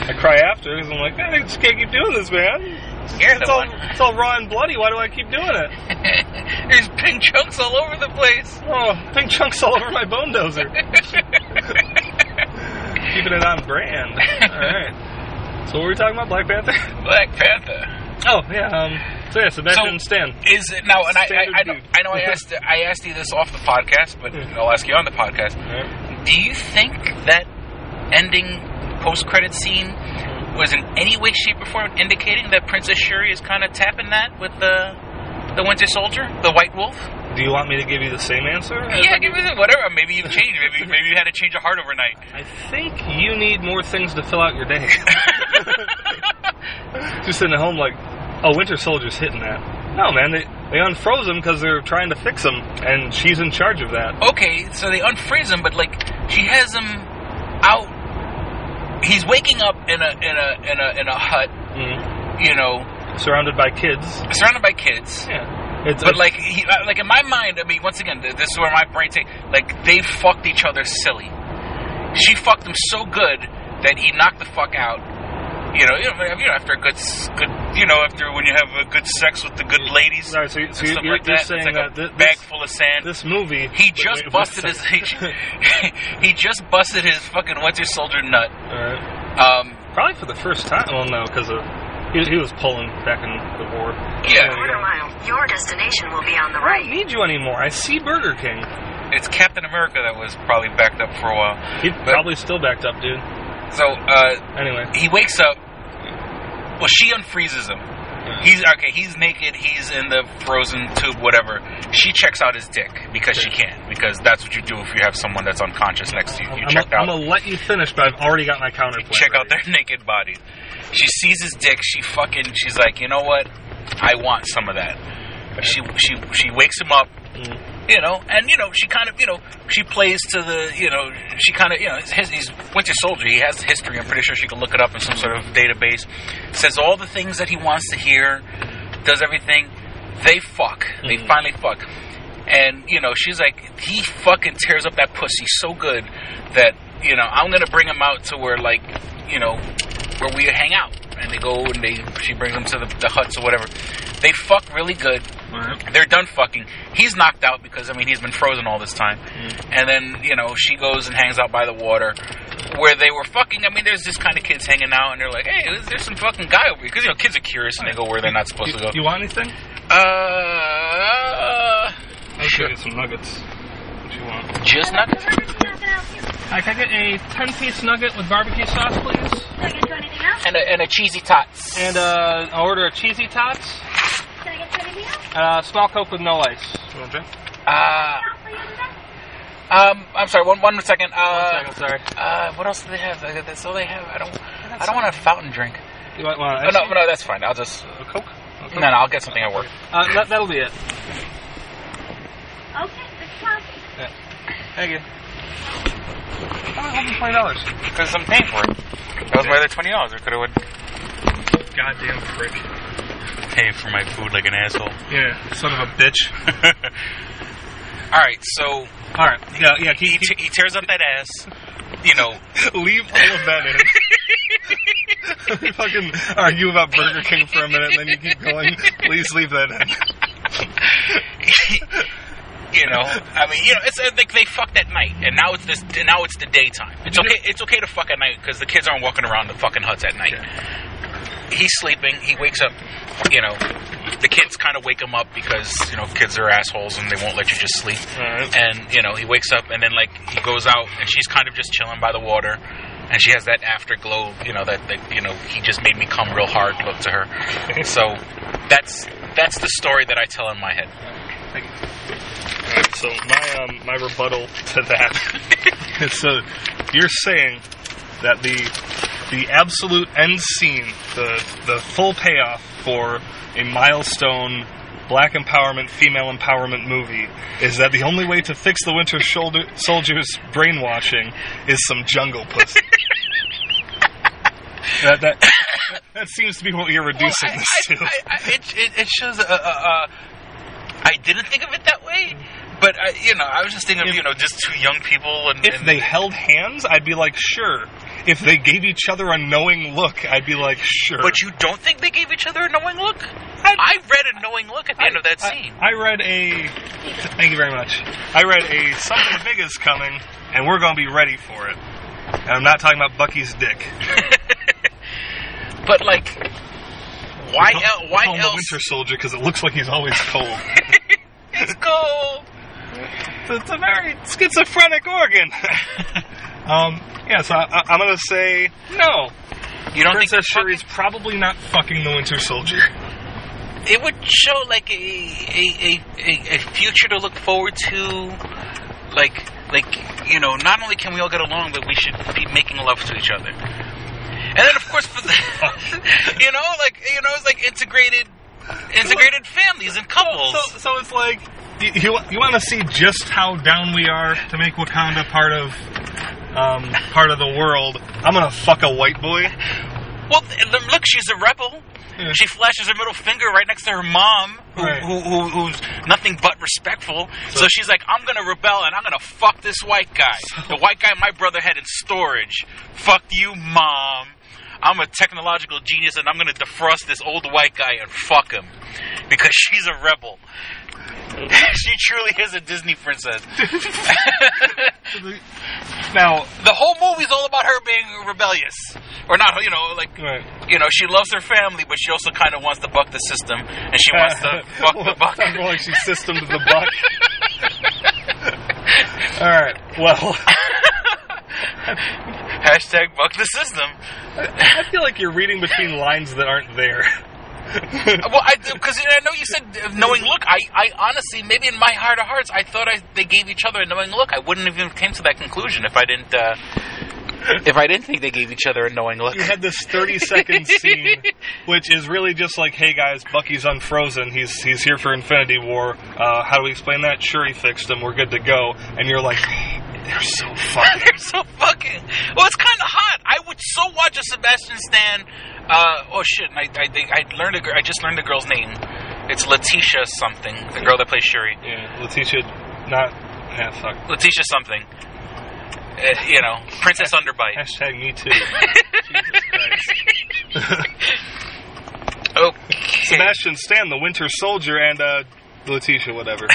I cry after because I'm like, I just can't keep doing this, man.
You're
it's,
the
all,
one.
it's all raw and bloody. Why do I keep doing it?
There's pink chunks all over the place.
Oh, pink chunks all over my bone dozer. Keeping it on brand. All right. So, what were we talking about? Black Panther?
Black Panther.
Oh, yeah. Um, so, yeah, Sebastian Stan.
Is it now? And I,
Standard
I, I, know,
dude.
I know I asked I asked you this off the podcast, but I'll ask you on the podcast. Do you think that ending post credit scene was in any way, shape, or form indicating that Princess Shuri is kind of tapping that with the the Winter Soldier, the White Wolf?
Do you want me to give you the same answer?
Yeah, give me the- whatever. Maybe you've changed. Maybe maybe you had a change of heart overnight.
I think you need more things to fill out your day. Just sitting at home, like, oh, Winter Soldier's hitting that. No, man, they, they unfroze him because they're trying to fix him, and she's in charge of that.
okay, so they unfreeze him, but like she has him out. He's waking up in a in a in a in a hut, you know,
surrounded by kids.
surrounded by kids.
Mm-hmm. Yeah, It's-
but
it's-
like he, uh, like in my mind, I mean, once again, th- this is where my brain takes. Like they fucked each other silly. She fucked him so good that he knocked the fuck out. You know, you know, you know, after a good, s- good, you know, after when you have a good sex with the good ladies,
All right, so, you-
and
so you-
stuff
you're,
like
you're
that.
saying
it's like
that
a
thi-
bag
this,
full of sand.
this movie.
He just busted his he, he just busted his fucking Winter Soldier nut. Um,
Probably for the first time. Well, no, because he, he was pulling back in the
In
war.
a quarter mile, your destination will be on the right.
I don't need you anymore. I see Burger King.
It's Captain America that was probably backed up for a while.
He's probably still backed up, dude.
So uh,
anyway,
he wakes up. Well, she unfreezes him.
Hmm.
He's okay. He's naked. He's in the frozen tube, whatever. She checks out his dick because she can, because that's what you do if you have someone that's unconscious next to you. You
I'm
check
gonna- I'm
out.
gonna let you finish, but I've already got my counter plan.
check out their naked bodies. She sees his dick. She fucking. She's like, you know what? I want some of that. She she she wakes him up. You know, and you know she kind of you know she plays to the you know she kind of you know his, he's Winter Soldier. He has the history. I'm pretty sure she can look it up in some sort of database. Says all the things that he wants to hear. Does everything. They fuck. They finally fuck. And you know she's like he fucking tears up that pussy so good that you know I'm gonna bring him out to where like you know where we hang out and they go and they she brings them to the, the huts or whatever they fuck really good they're done fucking he's knocked out because i mean he's been frozen all this time
Hmm.
and then you know she goes and hangs out by the water where they were fucking i mean there's just kind of kids hanging out and they're like hey there's- there's some fucking guy over here because you know kids are curious and they go where they're not supposed to go
Do you want anything?
uh
I should get some nuggets. What you want?
Just nuggets?
I can I get a ten-piece nugget with barbecue sauce, please.
and a, and a cheesy tots
And uh, I'll order a cheesy tots. Uh, small coke with no ice.
uh um, I'm sorry. One, one second.
one
Uh,
second. Sorry.
Uh, what else do they have? Uh, That's all they have. I don't. I don't want a fountain drink.
You want, want
Oh,
ice?
no, no, that's fine. I'll just
a coke.
No, no, I'll get something at work.
Uh, that, that'll be it.
Okay,
Yeah. Thank you. Oh, twenty dollars.
Because I'm paying for it. That was my other twenty dollars. I could have
Goddamn prick.
paid for my food like an asshole.
Yeah, son of a bitch.
All right, so
all right, yeah, yeah.
He, he, he tears up that ass. You know,
Leave all of that in. We fucking argue about Burger King for a minute, and then you keep going. Please leave that in.
you know. I mean, you know, it's uh, like they fucked at night, and now it's this. Now it's the daytime. It's okay. It's okay to fuck at night because the kids aren't walking around the fucking huts at night. He's sleeping. He wakes up. You know, the kids kind of wake him up because you know kids are assholes and they won't let you just sleep. And you know, he wakes up and then like he goes out and she's kind of just chilling by the water. And she has that afterglow, you know, that, that you know, he just made me come real hard look to her. So that's that's the story that I tell in my head.
So my um, my rebuttal to that is so you're saying that the the absolute end scene, the the full payoff for a milestone black empowerment, female empowerment movie is that the only way to fix the Winter Shoulder Soldier's brainwashing is some jungle pussy. that, that that seems to be what you're reducing
I-
this to.
I, it, it, it shows a, a, a. I didn't think of it that way, but I, you know, I was just thinking of you know just two young people and,
If
and
they held hands, I'd be like, sure. If they gave each other a knowing look, I'd be like, sure.
But you don't think they gave each other a knowing look? I, read a knowing look at the end of that scene.
I read a. Thank you very much. I read a something big is coming, and we're gonna be ready for it. And I'm not talking about Bucky's dick.
but like, why? El- why
call him
else?
The Winter Soldier because it looks like he's always cold.
It's cold.
It's a very schizophrenic organ. um, yeah, so I, I, I'm gonna say no.
You don't
Princess Shuri's probably not fucking the Winter Soldier.
It would show like a a, a, a a future to look forward to, like like you know. Not only can we all get along, but we should be making love to each other. And then of course, for the, you know, like you know, it's like integrated integrated families and couples.
So, so it's like you, you, want to see just how down we are to make Wakanda part of um, part of the world. I'm gonna fuck a white boy.
Well, th- look, she's a rebel. She flashes her middle finger right next to her mom, who, who, who, who's nothing but respectful. So, she's like, "I'm gonna rebel and I'm gonna fuck this white guy. the white guy my brother had in storage. Fuck you, mom. I'm a technological genius and I'm gonna defrost this old white guy and fuck him because she's a rebel. she truly is a Disney princess.
Now,
the whole movie's all about her being rebellious, or not? You know, like you know, she loves her family, but she also kind of wants to buck the system, and she wants to buck the buck.
Sounds more like she systemed the buck. All right. Well,
Hashtag buck the system.
I feel like you're reading between lines that aren't there.
well, I because I know you said uh, knowing look. I, I honestly, maybe in my heart of hearts, I thought I they gave each other a knowing look. I wouldn't have even came to that conclusion if I didn't. Uh, if I didn't think they gave each other a knowing look.
You had this 30 second scene, which is really just like, hey guys, Bucky's unfrozen. He's he's here for Infinity War. Uh, how do we explain that? Sure, he fixed him. We're good to go. And you're like, they're so fucking.
They're so fucking. Well, it's kind of hot. I would so watch a Sebastian Stan. Uh, oh shit! and I I, think I learned a, gir- I just learned the girl's name. It's Letitia something. The girl that plays Shuri.
Yeah, Letitia. Not. Yeah, fuck.
Letitia something. Uh, you know, Princess Underbite.
Hashtag me too.
okay.
Sebastian Stan, the Winter Soldier, and uh, Letitia, whatever.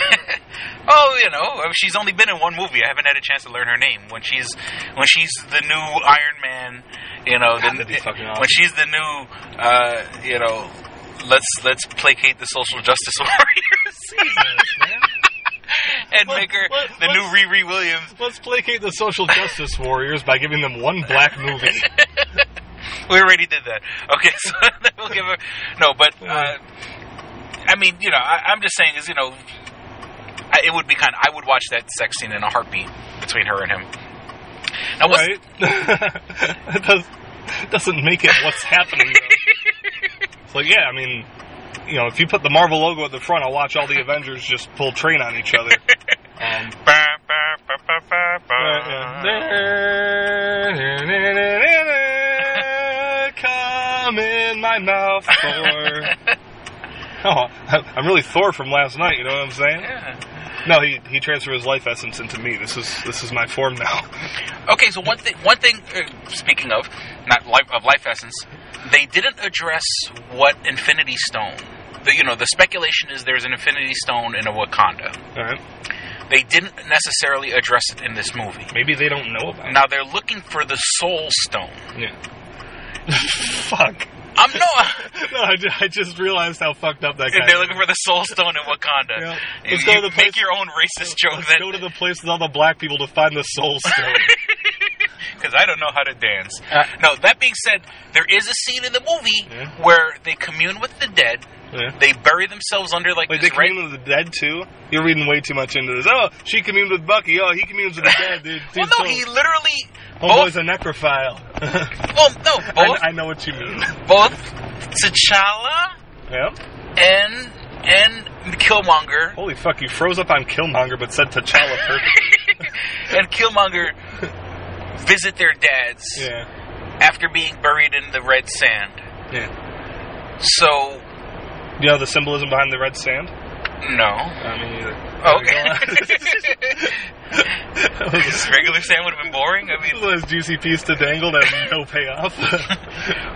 Oh, you know, I mean, she's only been in one movie. I haven't had a chance to learn her name. When she's when she's the new Iron Man, you know, the, when she's the new, uh, you know, let's let's placate the social justice warriors. and make her the new Riri Williams.
Let's placate the social justice warriors by giving them one black movie.
We already did that. Okay, so we'll give her no, but uh, I mean, you know, I, I'm just saying is you know, I, it would be kind. I would watch that sex scene in a heartbeat between her and him. Now, what's-
right? it does, doesn't make it what's happening. though. it's like, yeah, I mean, you know, if you put the Marvel logo at the front, I'll watch all the Avengers just pull train on each other. Um, Come in my mouth, Thor. oh, I'm really Thor from last night. You know what I'm saying? No, he he transferred his life essence into me. This is this is my form now.
Okay, so one thing. One thing. Uh, speaking of not life of life essence, they didn't address what Infinity Stone. The, you know, the speculation is there's an Infinity Stone in a Wakanda.
All right.
They didn't necessarily address it in this movie.
Maybe they don't know about.
Now they're looking for the Soul Stone.
it. Yeah. Fuck.
I'm not.
no, I ju- I just realized how fucked up that guy.
They're looking for the Soul Stone in Wakanda.
Let's
You
go to the
make your own racist joke
Let's go to the place with all the black people to find the soul stone.
because I don't know how to dance.
Uh,
no, that being said, there is a scene in the movie where they commune with the dead They bury themselves under like
Wait,
this
they
red.
commune with the dead too? You're reading way too much into this. Oh, she communed with Bucky. Oh, he communes with the dead, dude.
Well,
Dude's
no,
so-
he literally.
Homeboy's a necrophile.
Well, no, both.
I, I know what you mean.
both T'Challa
Yep.
and and Killmonger
Holy fuck, you froze up on Killmonger but said T'Challa perfectly.
and Killmonger visit their dads
Yeah.
after being buried in the red sand.
yeah.
So
Do you know the symbolism behind the red sand?
no.
I mean, either.
Oh, okay. This regular sand would have been boring. I mean,
Those juicy piece to dangle that has no payoff.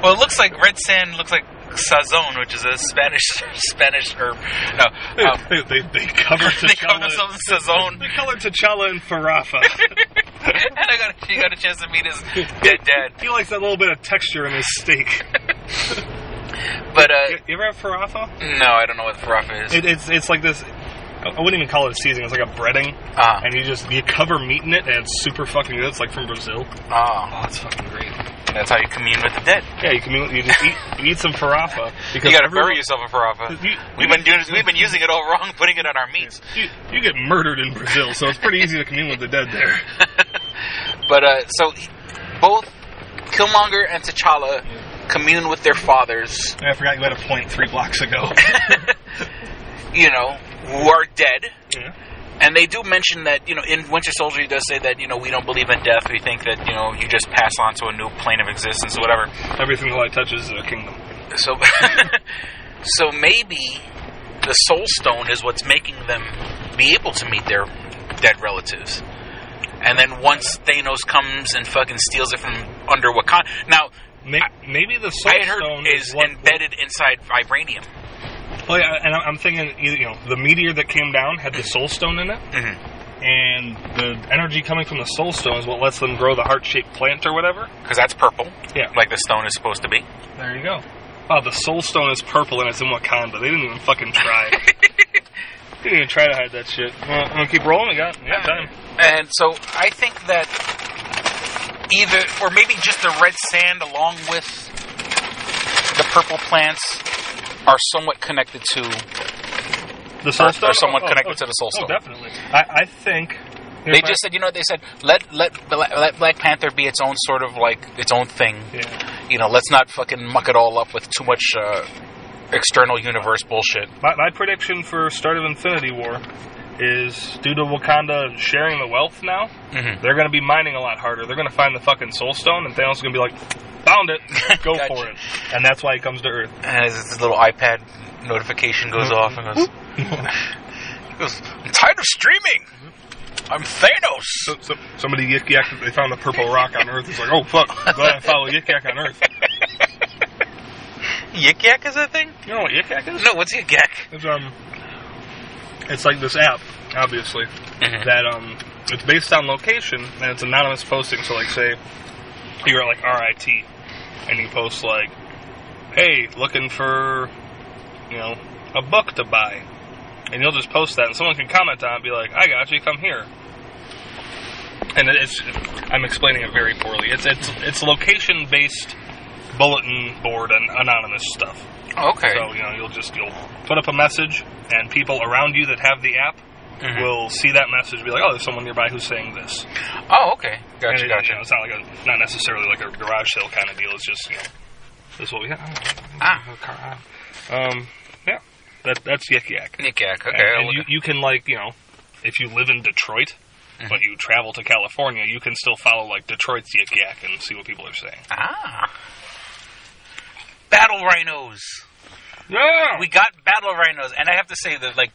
well, it looks like red sand looks like sazon, which is a Spanish Spanish herb. No, um,
they, they, they cover
they cover
T'Challa.
themselves in sazon.
They color T'Challa and Farafa.
and I got a, she got a chance to meet his dead dad.
He likes that little bit of texture in his steak.
But uh,
you ever have Farafa?
No, I don't know what farafa is.
It, it's it's like this. I I wouldn't even call it a seasoning. It's like a breading,
Ah.
and you just you cover meat in it, and it's super fucking good. It's like from Brazil.
Ah,
oh, that's fucking great.
That's how you commune with the dead.
Yeah, you commune. You just eat you eat some farafa.
you gotta
everyone-
bury yourself in farafa.
You-
We've been doing, we've been using it all wrong, putting it on our meats.
You, you get murdered in Brazil, so it's pretty easy to commune with the dead there.
But uh, so he- both Killmonger and T'Challa commune with their fathers,
I forgot you had a point three blocks ago.
you know, who are dead.
Yeah.
And they do mention that, you know, in Winter Soldier, he does say that, you know, we don't believe in death. We think that, you know, you just pass on to a new plane of existence or whatever.
Everything the light touches is a kingdom.
So, so maybe the Soul Stone is what's making them be able to meet their dead relatives. And then once Thanos comes and fucking steals it from under Wakanda, now
maybe, maybe the Soul
I had heard
Stone
is,
is what-
embedded inside vibranium.
Well, yeah, and I'm I'm thinking, you you know, the meteor that came down had the Soul Stone in it,
Mm-hmm.
and the energy coming from the Soul Stone is what lets them grow the heart-shaped plant or whatever.
Because that's purple.
Yeah.
Like the stone is supposed to be.
There you go. Wow, the Soul Stone is purple and it's in Wakanda. They didn't even fucking try. they didn't even try to hide that shit. Well, I'm gonna keep rolling. We got
Uh,
yeah, time.
And so I think that either, or maybe just the red sand along with the purple plants are somewhat connected to
The Soul
are-
Stone
Are somewhat
Oh, oh,
connected
oh,
to the soul
Oh,
stone.
definitely. I, I think
They just said, you know, what they said let let Bla- let Black Panther be its own sort of like its own thing. You know, let's not fucking muck it all up with too much uh, external universe bullshit.
My, my prediction for Start of Infinity War is due to Wakanda sharing the wealth now,
Mhm.
they're going to be mining a lot harder. They're going to find the fucking Soul Stone, and Thanos is going to be like, found it, go for it. And that's why he comes to Earth.
And his, his little iPad notification goes off and goes, goes, I'm tired of streaming. I'm Thanos.
So, so, somebody yik yak that they found a purple rock on Earth. It's like, oh fuck, I'm glad I follow yik yak on Earth.
Yik Yak is that thing?
You know what Yik Yak is?
No, what's Yik Yak?
It's um, it's like this app, obviously, that um, it's based on location and it's anonymous posting. So like, say you're at like RIT, and you post like, hey, looking for, you know, a book to buy, and you'll just post that, and someone can comment on it, and be like, I got you, come here. And it- it's, I'm explaining it very poorly. It's it's it's location based bulletin board and anonymous stuff.
Okay.
So you know you'll just you'll put up a message, and people around you that have the app
Mhm.
will see that message, and be like, oh, there's someone nearby who's saying this.
Oh, okay.
Gotcha, gotcha. it's not like a not necessarily like a garage sale kind of deal. It's just you know this is what we have. Ah. Um, yeah, that that's yik yak.
Yik Yak, okay. I'll
And, and
look
you, you can like you know if you live in Detroit.
Mm-hmm.
But you travel to California, you can still follow like Detroit's yik yak and see what people are saying.
Ah. Battle rhinos.
Yeah.
We got battle rhinos, and I have to say that like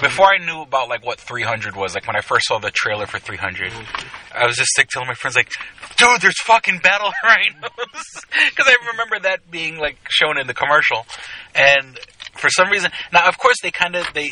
before I knew about like what 300 was, like when I first saw the trailer for 300, I was just like telling my friends like, "Dude, there's fucking battle rhinos," because I remember that being like shown in the commercial, and for some reason, now of course they kind of they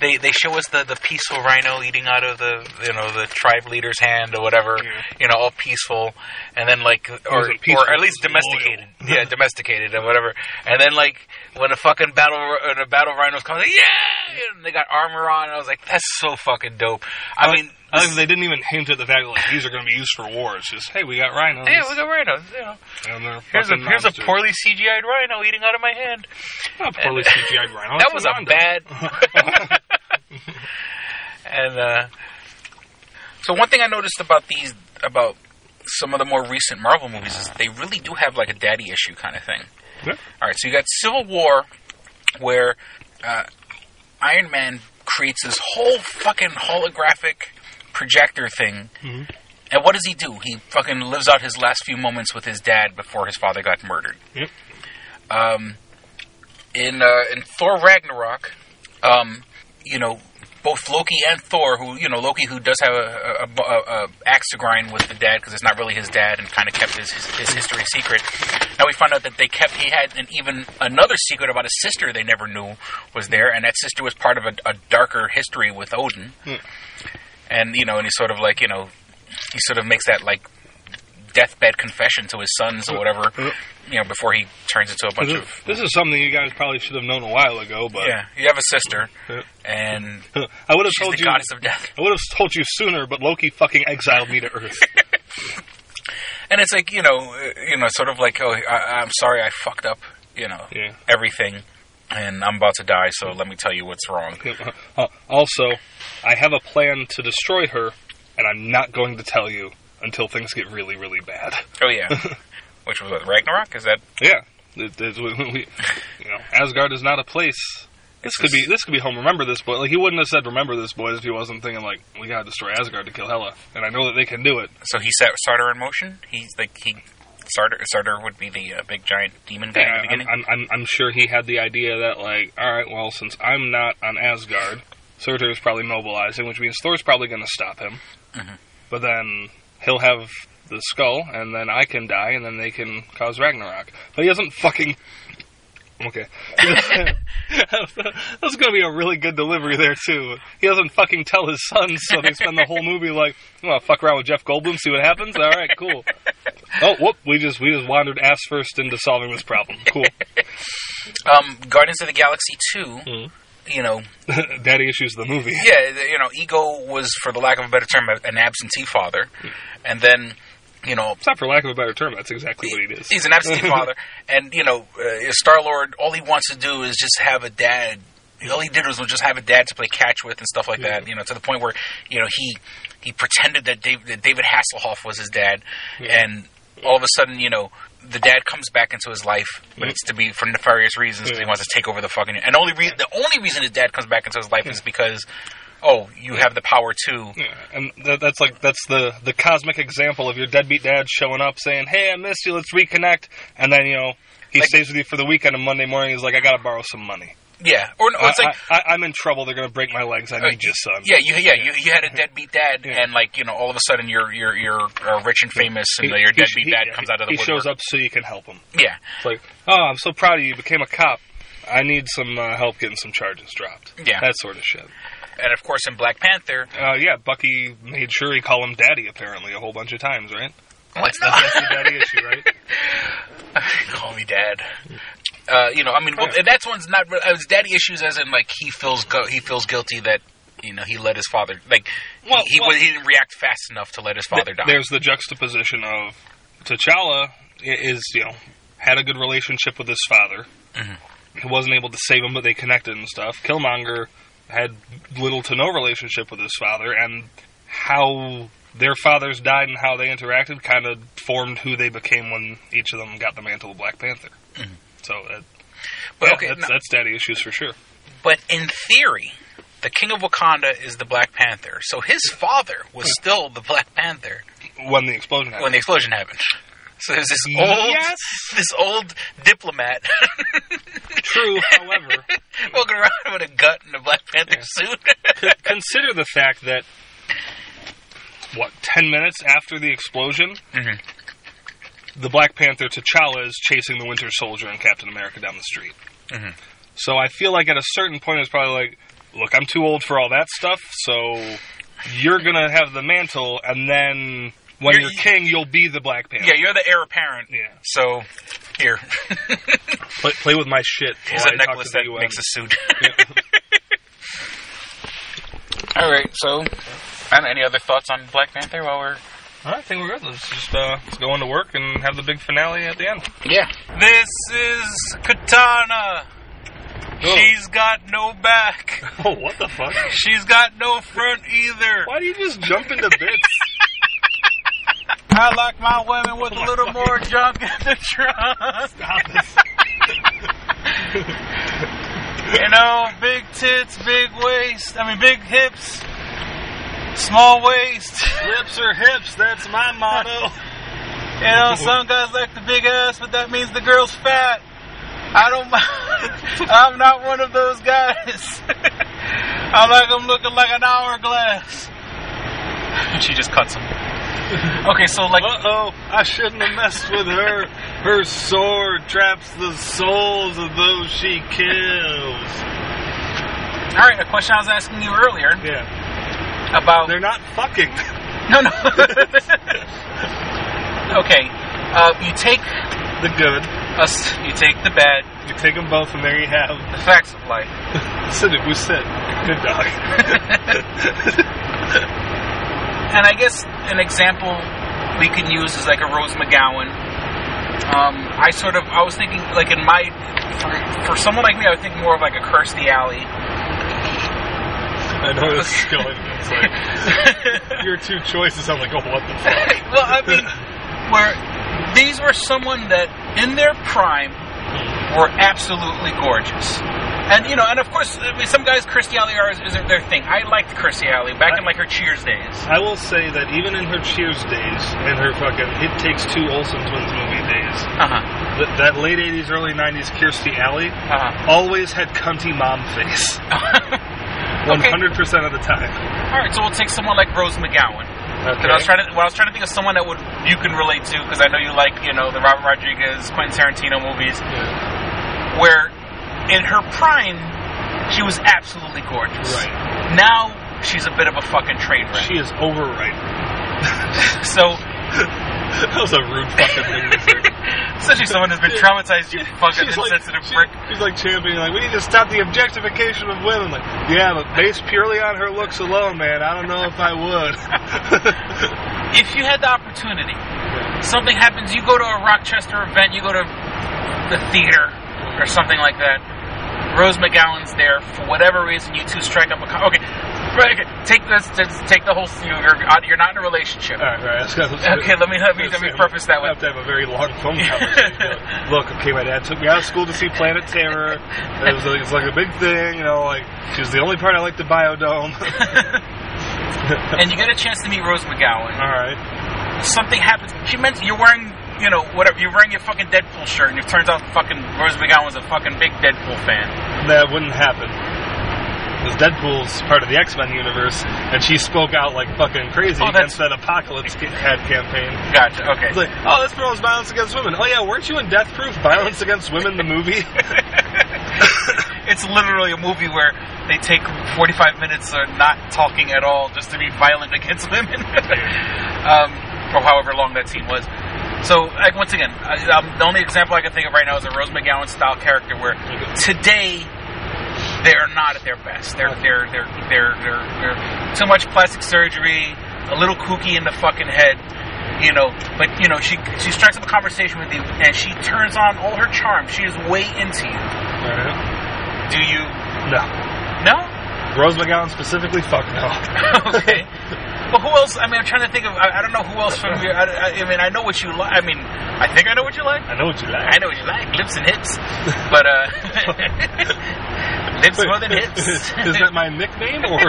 they they show us the the peaceful rhino eating out of the you know the tribe leader's hand or whatever, you know, all peaceful, and then like or
wasn't peaceful,
or at least
it was loyal.
domesticated yeah, domesticated and whatever. And then like when a fucking battle when a battle rhinos comes, like, yeah, and they got armor on. I was like, that's so fucking dope. I mean,
Oh, I like that they didn't even hint at the fact like these are going to be used for war. It's just hey, we got rhinos.
Yeah, we got rhinos. You know,
And they're
here's a
fucking
here's a
monsters.
poorly CGI'd rhino eating out of my hand.
Not a poorly CGI'd rhino,
that
it's
was
a
a
rhino.
bad. and uh, so one thing I noticed about these about some of the more recent Marvel movies is they really do have like a daddy issue kind of thing. All right, so you got Civil War, where uh, Iron Man creates this whole fucking holographic projector thing. And what does he do? He fucking lives out his last few moments with his dad before his father got murdered.
Yep.
Um, in uh, in Thor Ragnarok, um, you know, both Loki and Thor, who you know Loki, who does have a, a, a, a axe to grind with the dad because it's not really his dad, and kind of kept his, his his history secret. Now we find out that they kept he had an even another secret about his sister they never knew was there, and that sister was part of a, a darker history with Odin and you know, and he sort of like you know, he sort of makes that like deathbed confession to his sons or whatever, you know, before he turns into a bunch
This,
of
this is something you guys probably should have known a while ago, but
yeah. You have a sister, and
I would have
she's
told
the
you.
goddess of death,
I would have told you sooner, but Loki fucking exiled me to Earth.
and it's like you know, uh, you know, sort of like oh, I, I'm sorry, I fucked up, you know, everything, and I'm about to die, so let me tell you what's wrong.
Uh, also, I have a plan to destroy her, and I'm not going to tell you until things get really, really bad.
Oh yeah, which was what, Ragnarok? Is that
yeah? It, it's we, we- you know, Asgard is not a place. This could be this could be home. Remember this boy. Like he wouldn't have said "Remember this boys" if he wasn't thinking like we gotta destroy Asgard to kill Hela, and I know that they can do it.
So he set Sartor in motion. He's like he Sartor. Sartor would be the uh, big giant demon guy in the
Yeah,
beginning.
I'm, I'm, I'm, I'm sure he had the idea that, like, all right, well, since I'm not on Asgard, Surtur is probably mobilizing, which means Thor's probably going to stop him.
Mhm.
But then he'll have the skull, and then I can die, and then they can cause Ragnarok. But he doesn't fucking. Okay. That's going to be a really good delivery there, too. He doesn't fucking tell his son, so they spend the whole movie like, well, fuck around with Jeff Goldblum, see what happens? All right, cool. Oh, whoop! We just we just wandered ass first into solving this problem. Cool.
Um, Guardians of the Galaxy 2,
Hmm.
you know,
Daddy issues the movie.
yeah, the- you know, Ego was, for the lack of a better term, a- an absentee father.
Hmm.
And then, you know.
It's not for lack of a better term, that's exactly what he is.
He's an absentee father. And, you know, uh, Star Lord, all he wants to do is just have a dad. All he did was just have a dad to play catch with and stuff like that, you know, to the point where, you know, he he pretended that David, that David Hasselhoff was his dad.
Yeah.
And all of a sudden, you know, the dad comes back into his life, but
Yeah.
it's to be for nefarious reasons. 'cause He wants to take over the fucking. And only re- the only reason his dad comes back into his life is because, oh, you have the power too.
And that, that's like that's the the cosmic example of your deadbeat dad showing up saying, "Hey, I missed you. Let's reconnect." And then you know he stays with you for the weekend, and Monday morning he's like, "I gotta borrow some money."
Yeah, or no, it's
I,
like
I, I, am in trouble. They're gonna break my legs. I need you, son.
yeah, you, yeah, you, you had a deadbeat dad, and like you know, all of a sudden you're you're you're uh, rich and famous, and
He-
your
he-
deadbeat
he-
dad
yeah,
comes out of the
He
woodwork.
shows up so you can help him.
Yeah,
It's like, oh, I'm so proud of you. You became a cop. I need some uh, help getting some charges dropped.
Yeah.
That sort of shit.
and of course in Black Panther,
Uh, yeah, Bucky made sure he called him daddy apparently a whole bunch of times, right?
What?
That's, that's, that's the daddy issue, right?
call me dad. Uh, you know, I mean, well, that's one's not. re- uh, It's daddy issues, as in like he feels gu- he feels guilty that you know he let his father like
Well,
he, he,
well-
was, he didn't react fast enough to let his father die.
There's the juxtaposition of T'Challa i- is, you know, had a good relationship with his father.
Mhm.
He wasn't able to save him, but they connected and stuff. Killmonger had little to no relationship with his father, and how their fathers died and how they interacted kind of formed who they became when each of them got the mantle of Black Panther. So, that,
Mm-hmm. But
yeah,
okay,
that's,
no-
that's daddy issues for sure.
But in theory, the King of Wakanda is the Black Panther, so his father was still the Black Panther
When the explosion happened.
when the explosion happened. So there's this old,
Yes.
this old diplomat
True, however,
walking around with a gut and a Black Panther suit.
C- consider the fact that what ten minutes after the explosion,
Mm-hmm.
the Black Panther T'Challa is chasing the Winter Soldier and Captain America down the street.
Mhm.
So I feel like at a certain point, it's probably like, look, I'm too old for all that stuff, so you're gonna have the mantle, and then when you're,
You're-
king, you'll be the Black Panther.
Yeah, you're the heir apparent.
Yeah.
So here,
play, play with my shit.
Here's
while
a
I talk to
necklace
the
that
UN.
makes a suit. all right. So And any other thoughts on Black Panther while we're
I think we're good. Let's just uh, let's go into work and have the big finale at the end.
Yeah. This is Katana. She's got no back.
Oh, what the fuck?
She's got no front either.
Why do you just jump into bits?
I like my women with a little more junk in the trunk. Stop this. you know, big tits, big waist. I mean, big hips, small waist.
Lips or hips, that's my motto.
You know, some guys like the big ass, but that means the girl's fat. I don't mind. I'm not one of those guys. I like them looking like an hourglass. she just cuts him. Okay, so like,
uh oh, I shouldn't have messed with her. Her sword traps the souls of those she kills.
All right, a question I was asking you earlier.
Yeah.
About
they're not fucking.
No, no. okay, uh, you take
the good.
Us, you take the bad.
You take them both, and there you have
the facts of life.
Sidney Bousset, good dog.
and I guess an example we can use is like a Rose McGowan. Um, I sort of I was thinking like in my for, for someone like me I would think more of like a Kirstie Alley.
I know where this is going. It's like your two choices. I'm like, oh, what the fuck?
well, I mean, where these were someone that in their prime were absolutely gorgeous. And you know, and of course, I mean, some guys Kirstie Alley are, isn't their thing. I liked Kirstie Alley back in like her Cheers days.
I will say that even in her Cheers days and her fucking It Takes Two Olsen Twins movie days,
Uh-huh,
that, that late 80s, early 90s Kirstie Alley always had cunty mom face. 100% of the time.
All right, so we'll take someone like Rose McGowan. 'Cause I was trying to, well, I was trying to think of someone that would you can relate to because I know you like you know the Robert Rodriguez, Quentin Tarantino movies, where in her prime she was absolutely gorgeous. Right now she's a bit of a fucking train wreck.
She is overripe.
so
that was a rude fucking thing to say.
Especially someone who's been traumatized, you fucking
she's like-
insensitive
she-
prick.
She's like championing, like, we need to stop the objectification of women. Like, yeah, but based purely on her looks alone, man, I don't know if I would.
If you had the opportunity, something happens, you go to a Rochester event, you go to the theater or something like that. Rose McGowan's there for whatever reason. You two strike up a con- okay. Right, okay, take this. just Take the whole. You're uh, you're not in a relationship.
All right, all right.
Okay, let me let me let me preface that
We
with
have to have a very long phone conversation. Like, Look, okay, my dad took me out of school to see Planet Terror. It was, like, it was like a big thing, you know. Like she was the only part I liked the Biodome.
and you get a chance to meet Rose McGowan. All
right.
Something happens. She meant you're wearing, you know, whatever. You're wearing your fucking Deadpool shirt, and it turns out fucking Rose McGowan's a fucking big Deadpool fan.
that wouldn't happen. Because Deadpool's part of the X Men universe, and she spoke out like fucking crazy
Oh,
against that Apocalypse ca- ad campaign.
Gotcha. Okay.
It's like, oh, this promotes violence against women. Oh yeah, weren't you in Death Proof: Violence Against Women, the movie?
It's literally a movie where they take 45 minutes of not talking at all just to be violent against women, um, for however long that scene was. So, like, once again, I, um, the only example I can think of right now is a Rose McGowan style character where today they're not at their best. They're they're they're they're they're, they're too much plastic surgery, a little kooky in the fucking head, you know. But you know, she she strikes up a conversation with you, and she turns on all her charm. She is way into you. Do you?
No.
No.
Rose McGowan specifically, fuck no.
okay. But who else? I mean, I'm trying to think of. I, I don't know who else from your. I, I, I mean, I know what you like. I mean, I think I know what you like.
I know what you like.
I know what you like. Lips and hips. But uh, lips more than hips.
Is that my nickname or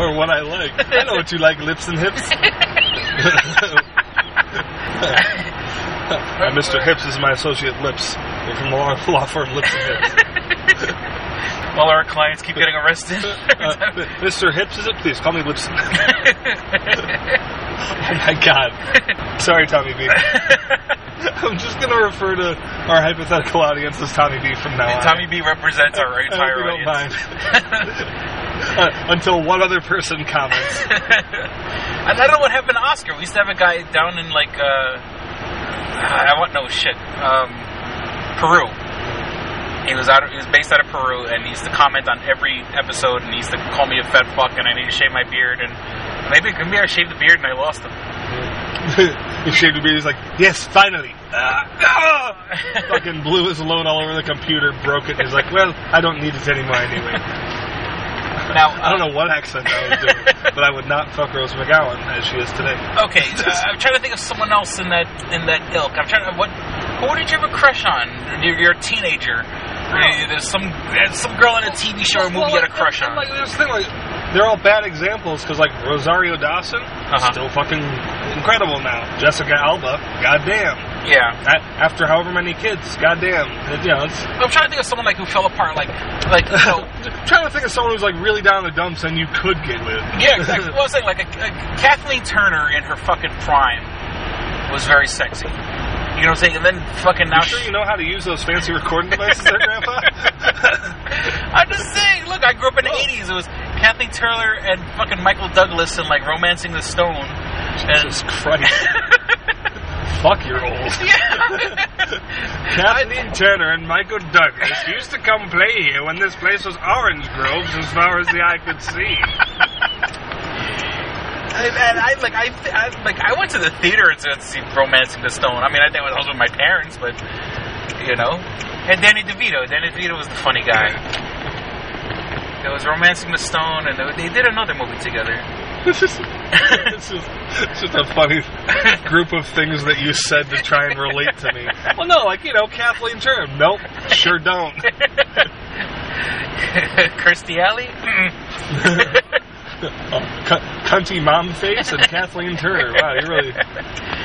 or what I like? I know what you like, lips and hips. Uh, Mr. Hips is my associate Lips. We're from the law, law firm Lips and Hips.
All our clients keep getting arrested.
Uh, Mr. Hips, is it? Please call me Lips. oh my god. Sorry, Tommy B. I'm just going to refer to our hypothetical audience as Tommy B from now on.
Tommy B represents our
I hope
entire
you don't
audience.
mind. Uh, until one other person comments.
I I don't know what happened to Oscar. We used to have a guy down in like uh, I want no shit, um, Peru, He was out. Of, he was based out of Peru, and he used to comment on every episode, and he used to call me a fat fuck, and I need to shave my beard, and maybe maybe I shaved the beard and I lost him.
he shaved a beard. He's like, yes, finally. Ah, ah! Fucking blew his load all over the computer, broke it. And he's like, well, I don't need it anymore anyway.
Now
I don't know what accent I was doing, but I would not fuck Rose McGowan as she is today.
Okay, uh, I'm trying to think of someone else in that in that ilk. I'm trying to what who did you have a crush on? You're, you're a teenager.
Oh.
Uh, There's some there's some girl in a TV show or movie you had a crush on.
Like this thing, like they're all bad examples because like Rosario Dawson,
Uh-huh.
still fucking incredible now. Jessica Alba, goddamn.
Yeah.
A- after however many kids, goddamn. It, you know, it's,
I'm trying to think of someone like who fell apart, like like you know,
trying to think of someone who's like really down in the dumps and you could get with.
Yeah, exactly. Well, I was saying like a, a Kathleen Turner in her fucking prime was very sexy. You know what I'm saying? And then fucking now
You sure you know how to use those fancy recording devices, there, Grandpa?
I'm just saying. Look, I grew up in the '80s. It was Kathleen Turner and fucking Michael Douglas and like *Romancing the Stone*. Jesus
Christ! Fuck, you're old. Kathleen Turner and Michael Douglas used to come play here when this place was orange groves as far as the eye could see.
I, and I like I, I like I went to the theater to see *Romancing the Stone*. I mean, I think I was with my parents, but you know, and Danny DeVito. Danny DeVito was the funny guy. There was *Romancing the Stone*, and they, they did another movie together.
It's just, it's just, it's just a funny group of things that you said to try and relate to me. Well, no, like, you know, Kathleen Turner. Nope, sure don't.
Kirstie Alley.
Oh, cu- cunty mom face and Kathleen Turner. Wow, you're really,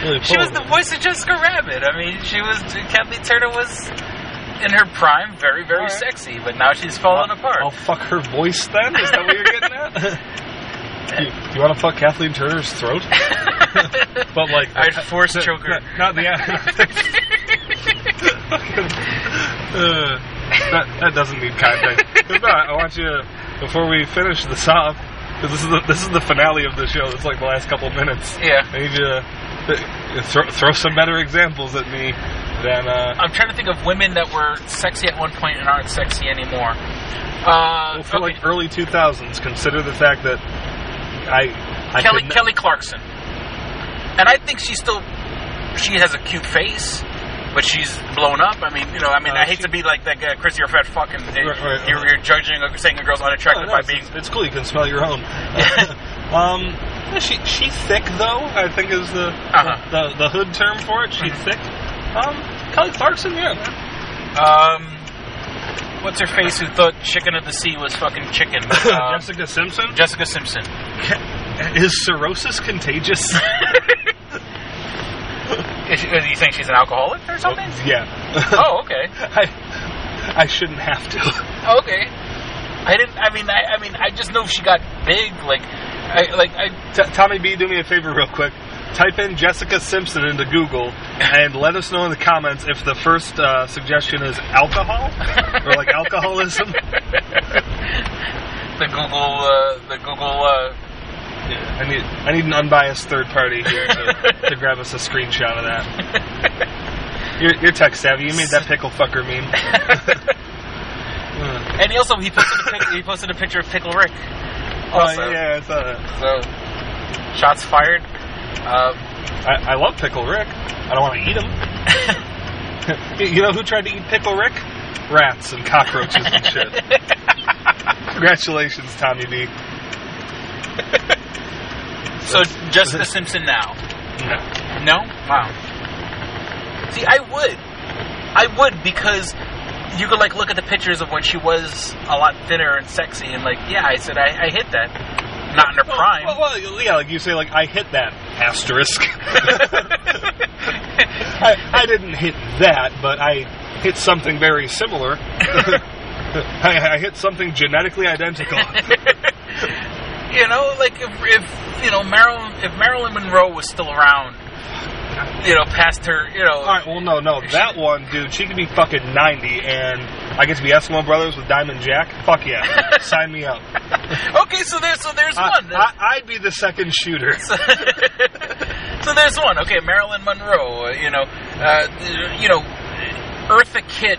really
She was
pulling
the voice of Jessica Rabbit. I mean, she was Kathleen Turner was in her prime, very very sexy, but now she's fallen apart.
I'll fuck her voice then? Is that what you're getting at? Do you, want to fuck Kathleen Turner's throat? but like,
I'd force choke her.
Not, the uh, that, that doesn't need context. But no, I want you to, before we finish the sob, because this is the this is the finale of the show. It's like the last couple minutes.
Yeah.
I need you to th- throw, throw some better examples at me than uh,
I'm trying to think of women that were sexy at one point and aren't sexy anymore. Uh,
well, for like early 2000s, consider the fact that I, I
Kelly
could n-
Kelly Clarkson, and I think she's still she has a cute face, but she's blown up. I mean, you know, I mean, I hate to be like that guy, Chris, you're a fat fucking.
Uh, right, Oh,
you're, you're judging or saying a girl's unattractive
No, no,
by
it's,
being.
it's cool. You can smell your own. um, yeah, she she thick though. I think is the
Uh-huh.
the, the hood term for it. She
Mm-hmm.
thick. Um, Kelly Clarkson, yeah.
Um, what's her face? Who thought Chicken of the Sea was fucking chicken? Um,
Uh, Jessica Simpson.
Jessica Simpson.
Is cirrhosis contagious?
Is, she, is he saying she's an alcoholic or something?
yeah.
oh, okay.
I I shouldn't have to.
Okay. I didn't. I mean, I, I mean, I just know she got big. Like, I like I.
T- Tommy B, do me a favor real quick. Type in Jessica Simpson into Google and let us know in the comments if the first uh, suggestion is alcohol or like alcoholism.
the Google, uh, the Google. Uh,
I need I need an unbiased third party here to, to grab us a screenshot of that. You're, you're tech savvy. You made that pickle fucker meme. Uh,
and he also he posted a pic, he posted a picture of Pickle Rick. Also,
Oh, yeah, I saw that.
So, shots fired. Um,
I, I love Pickle Rick. I don't want to eat him. you know who tried to eat Pickle Rick? Rats and cockroaches and shit. Congratulations, Tommy B.
So Jessica Simpson now? No. No? Wow. See, I would. I would because you could like look at the pictures of when she was a lot thinner and sexy and like, yeah, I said I, I hit that. Not in her prime.
Well, well, yeah, like you say, like I hit that asterisk. I, I didn't hit that, but I hit something very similar. I, I hit something genetically identical.
you know, like if, if you know Marilyn if Marilyn Monroe was still around, you know, past her, you know,
All right, well, no, no, that one, dude, she could be fucking ninety, and I get to be Eskimo Brothers with Diamond Jack. Fuck yeah, sign me up.
okay, so there's so there's
I,
one.
I, I'd be the second shooter.
So there's one. Okay, Marilyn Monroe. uh, You know, uh, you know, Eartha Kitt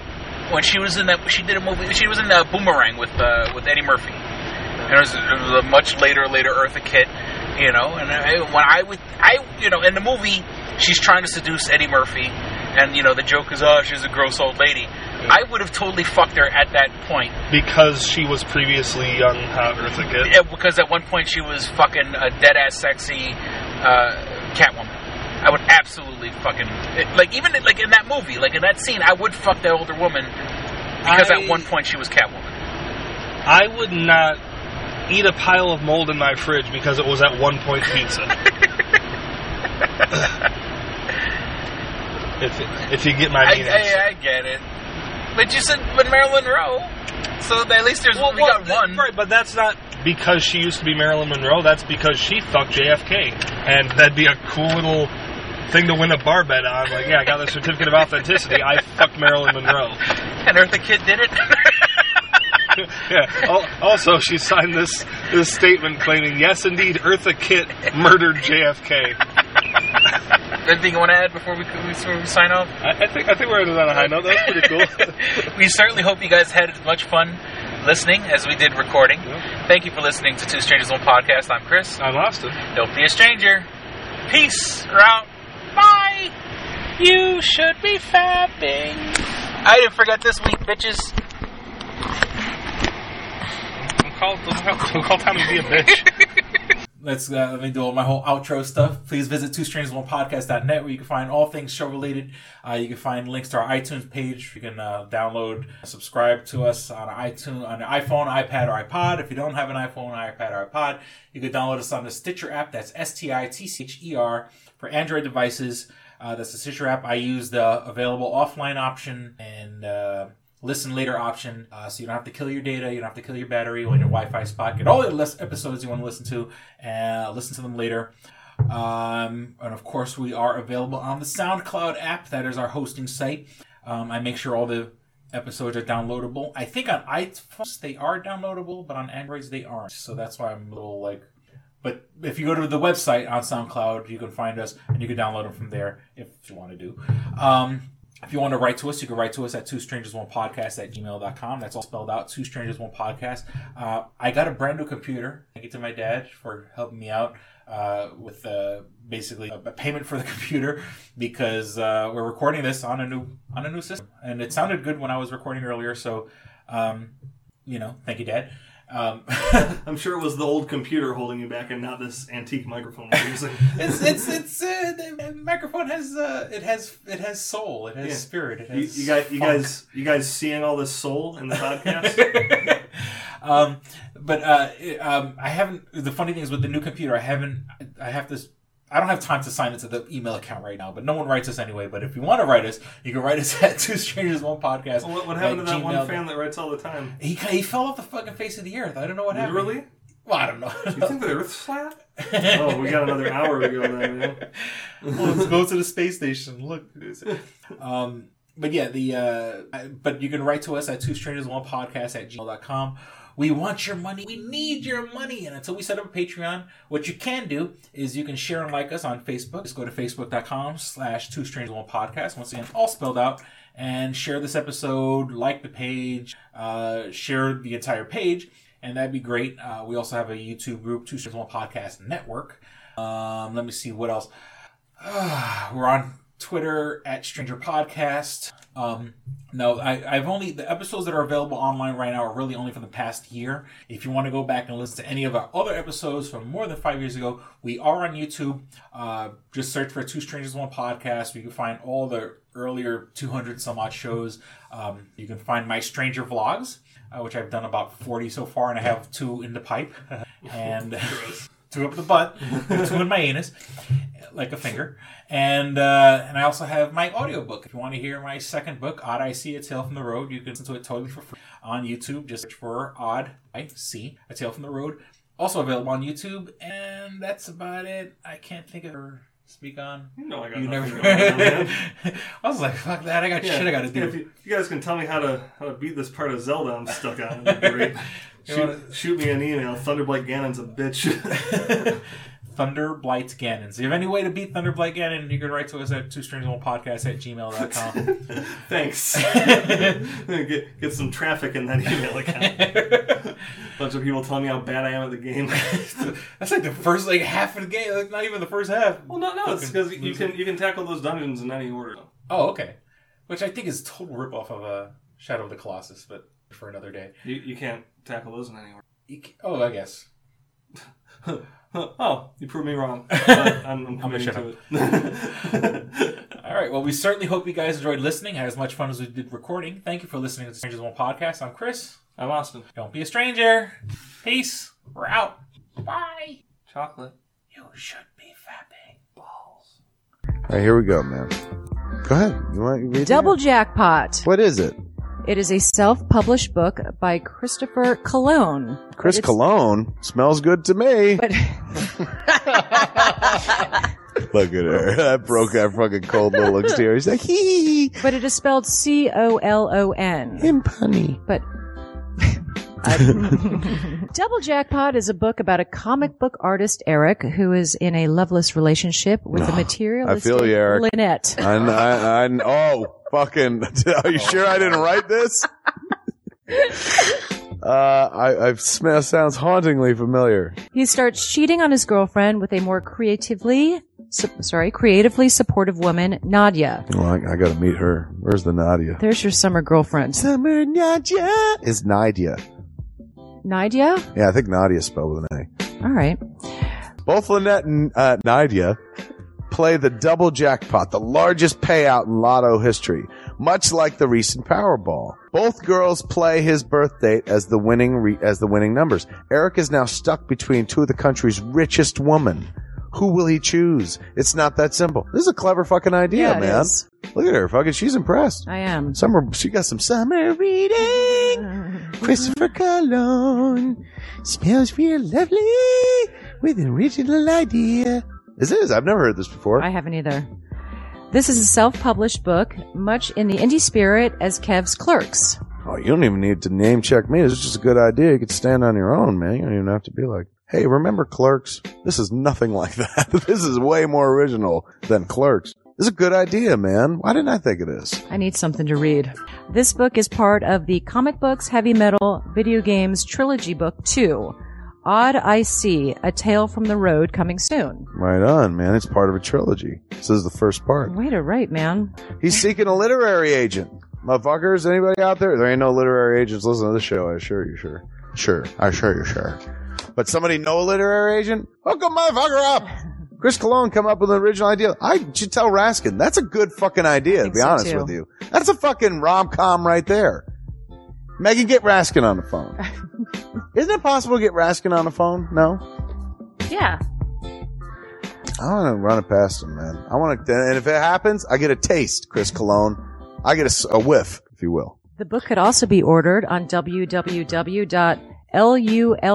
when she was in that she did a movie. She was in uh, Boomerang with uh, with Eddie Murphy. And it was, it was a much later later Eartha Kitt, you know. And I, when I would I you know in the movie she's trying to seduce Eddie Murphy, and you know the joke is oh she's a gross old lady. I would have totally fucked her at that point.
because she was previously young hot Eartha Kitt.
Yeah, because at one point she was fucking a dead ass sexy uh, Catwoman. I would absolutely fucking it- like even like in that movie, like in that scene, I would fuck that older woman because
I-
at one point she was Catwoman.
I would not eat a pile of mold in my fridge because it was at one point pizza. if, if you get my
I,
meaning.
I, I get it, but you said but Marilyn Monroe, so at least there's we got one.
Right, but that's not because she used to be Marilyn Monroe. That's because she fucked JFK, and that'd be a cool little thing to win a bar bet on. Like, yeah, I got the certificate of authenticity. I fucked Marilyn Monroe.
And Eartha Kid did it.
Yeah. Al- Also, she signed this this statement claiming, "Yes, indeed, Eartha Kitt murdered JFK."
Anything you want to add before we, before we sign off?
I, I think I think we're ending on a high note. That was pretty cool.
we certainly hope you guys had as much fun listening as we did recording. Thank you for listening to Two Strangers One Podcast. I'm Chris.
I'm Austin.
Don't be a stranger. Peace. We're out. Bye. You should be fapping. I didn't forget this week, bitches.
Don't call, don't call Tommy B a bitch.
Let's uh, let me do all my whole outro stuff. Please visit two strangers one podcast.net where you can find all things show related. Uh, you can find links to our iTunes page. You can uh, download, subscribe to us on iTunes on iPhone, iPad, or iPod. If you don't have an iPhone, iPad, or iPod, you can download us on the Stitcher app. That's S T I T C H E R for Android devices. Uh, that's the Stitcher app. I use the available offline option and. Uh, listen later option uh, so you don't have to kill your data you don't have to kill your battery or your wi-fi spot get all the less episodes you want to listen to and listen to them later um, and of course we are available on the soundcloud app that is our hosting site um, i make sure all the episodes are downloadable i think on iphones they are downloadable but on androids they aren't so that's why i'm a little like but if you go to the website on SoundCloud, you can find us and you can download them from there if you want to do. Um, if you want to write to us, you can write to us at two strangers one podcast at gmail.com. That's all spelled out two strangers one podcast. Uh, I got a brand new computer. Thank you to my dad for helping me out uh, with uh, basically a, a payment for the computer because uh, we're recording this on a new on a new system, and it sounded good when I was recording earlier. So, um, you know, thank you, Dad. Um,
I'm sure it was the old computer holding you back and not this antique microphone we're using.
it's it's it's uh, the microphone has uh, it has it has soul, it has
Yeah.
spirit, it
You,
has
you guys, you
funk.
guys, you guys seeing all this soul in the podcast?
um, but uh, it- um, I haven't. The funny thing is with the new computer, I haven't. I have this. I don't have time to sign into the email account right now, but no one writes us anyway. But if you want to write us, you can write us at two strangers one podcast.
So what, what happened to that one fan that writes all the time?
He ca- he fell off the fucking face of the earth. I don't know what happened.
Literally?
Well, I don't know.
You think the Earth's flat? oh, we got another hour to go then. Man.
well, let's go to the space station. Look. Um, but yeah, the uh, I- but you can write to us at two strangers one podcast at gmail.com. We want your money. We need your money. And until we set up a Patreon, what you can do is you can share and like us on Facebook. Just go to facebook.com slash two strangers one podcast. Once again, all spelled out. And share this episode, like the page, uh, share the entire page, and that'd be great. Uh, we also have a YouTube group, Two Strangers One Podcast Network. Um, let me see what else. We're on Twitter at Stranger Podcast. Um, no, I, I've only the episodes that are available online right now are really only from the past year. If you want to go back and listen to any of our other episodes from more than five years ago, we are on YouTube. Uh, just search for Two Strangers One Podcast. You can find all the earlier 200 some odd shows. Um, you can find my Stranger vlogs, uh, which I've done about 40 so far, and I have two in the pipe and two up the butt, two in my anus like a finger. And uh, and I also have my audiobook. If you want to hear my second book, Odd I See a Tale from the Road, you can listen to it totally for free on YouTube. Just search for Odd I See a Tale from the Road. Also available on YouTube. And that's about it. I can't think of or speak on.
No, I got
You
nothing
never-
going on, man.
I was like, fuck that. I got
Yeah,
shit I got to do.
yeah, If you, if you guys can tell me how to how to beat this part of Zelda I'm stuck on, that'd be great.
You
shoot,
wanna-
shoot me an email. Thunderblade Ganon's a bitch.
Thunder Blight Ganon. So if you have any way to beat Thunder Blight Ganon, you can write to us at two strings one podcast at gmail.com.
Thanks. get, get some traffic in that email account. Bunch of people telling me how bad I am at the game.
That's like the first like half of the game. Like not even the first half.
Well, no, no, it's because you can you can tackle those dungeons in any order.
Oh, okay. Which I think is a total ripoff of uh, Shadow of the Colossus, but for another day.
You, you can't tackle those in any order.
You c- oh, I guess.
oh, you proved me wrong. But I'm, I'm
I'm gonna
committing
shut
to it.
All right. Well, we certainly hope you guys enjoyed listening. Had as much fun as we did recording. Thank you for listening to the Strangers One podcast. I'm Chris.
I'm Austin.
Don't be a stranger. Peace. We're out. Bye.
Chocolate.
You should be fapping.
All right, here we go, man. Go ahead. You want you read it?
Double Jackpot.
What is it?
It is a self-published book by Christopher Cologne.
Chris
It's-
Cologne smells good to me.
But
Look at her. That broke that fucking cold little exterior. She's like, hee hee.
but it is spelled C O L O N.
Impany.
But Double Jackpot is a book about a comic book artist Eric who is in a loveless relationship with a
I
materialistic
feel you, Eric.
Lynette.
I, kn- I, I, kn- oh, fucking. Are you sure I didn't write this? Uh, I, I smell sounds hauntingly familiar.
He starts cheating on his girlfriend with a more creatively, su- sorry, creatively supportive woman, Nadia.
Well, I, I gotta meet her. Where's the Nadia?
There's your summer girlfriend.
Summer Nadia. Is Nadia?
Nadia?
Yeah, I think Nadia's spelled with an A.
All right.
Both Lynette and uh, Nadia play the double jackpot, the largest payout in lotto history, much like the recent Powerball. Both girls play his birth date as the winning re- as the winning numbers. Eric is now stuck between two of the country's richest women. Who will he choose? It's not that simple. This is a clever fucking idea,
Yeah, it
man.
is.
Look at her, fucking. She's impressed.
I am.
Summer, she got some summer reading. Christopher Cologne smells real lovely with an original idea. This is. I've never heard this before.
I haven't either. This is a self-published book, much in the indie spirit as Kev's Clerks.
Oh, you don't even need to name check me. This is just a good idea. You could stand on your own, man. You don't even have to be like, hey, remember Clerks? This is nothing like that. this is way more original than Clerks. This is a good idea, man. Why didn't I think of this?
I need something to read. This book is part of the comic books, heavy metal, video games trilogy book two. Odd I See, A Tale from the Road coming soon.
Right on, man. It's part of a trilogy. This is the first part.
Way to write, man.
He's seeking a literary agent. Motherfuckers, anybody out there? There ain't no literary agents listening to this show, I assure you, sure. Sure, I assure you, sure. But somebody know a literary agent? Hook a motherfucker up! Chris Cologne come up with an original idea. I should tell Raskin, that's a good fucking idea, to be
so,
honest
too.
with you. That's a fucking rom-com right there. Megan, get Raskin on the phone. Isn't it possible to get Raskin on the phone? No?
Yeah.
I want to run it past him, man. I want to, and if it happens, I get a taste, Chris Cologne. I get a s a a whiff, if you will.
The book could also be ordered on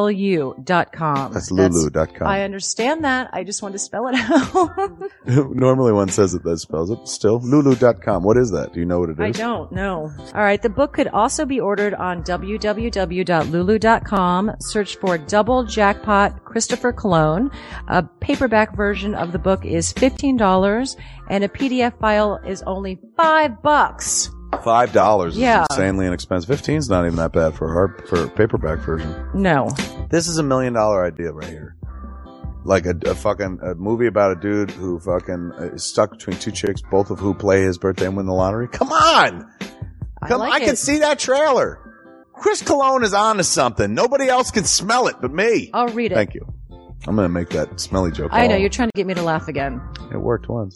www.lulu.com.
That's lulu.com.
I understand that. I just want to spell it out.
Normally one says it that spells it. Still, lulu.com. What is that? Do you know what it is?
I don't know. All right. The book could also be ordered on www.lulu.com. Search for Double Jackpot Christopher Cologne. A paperback version of the book is $15 and a PDF file is only five bucks.
Five dollars
Yeah.
is insanely inexpensive. Fifteen's not even that bad for a hard for a paperback version.
No.
This is a million dollar idea right here. Like a, a fucking a movie about a dude who fucking uh, is stuck between two chicks, both of who play his birthday and win the lottery. Come on,
I
come!
like
I, can
it.
see that trailer. Chris Cologne is on to something. Nobody else can smell it but me.
I'll read it.
Thank you. I'm gonna make that smelly joke.
I know.
all-
You're trying to get me to laugh again.
It worked once.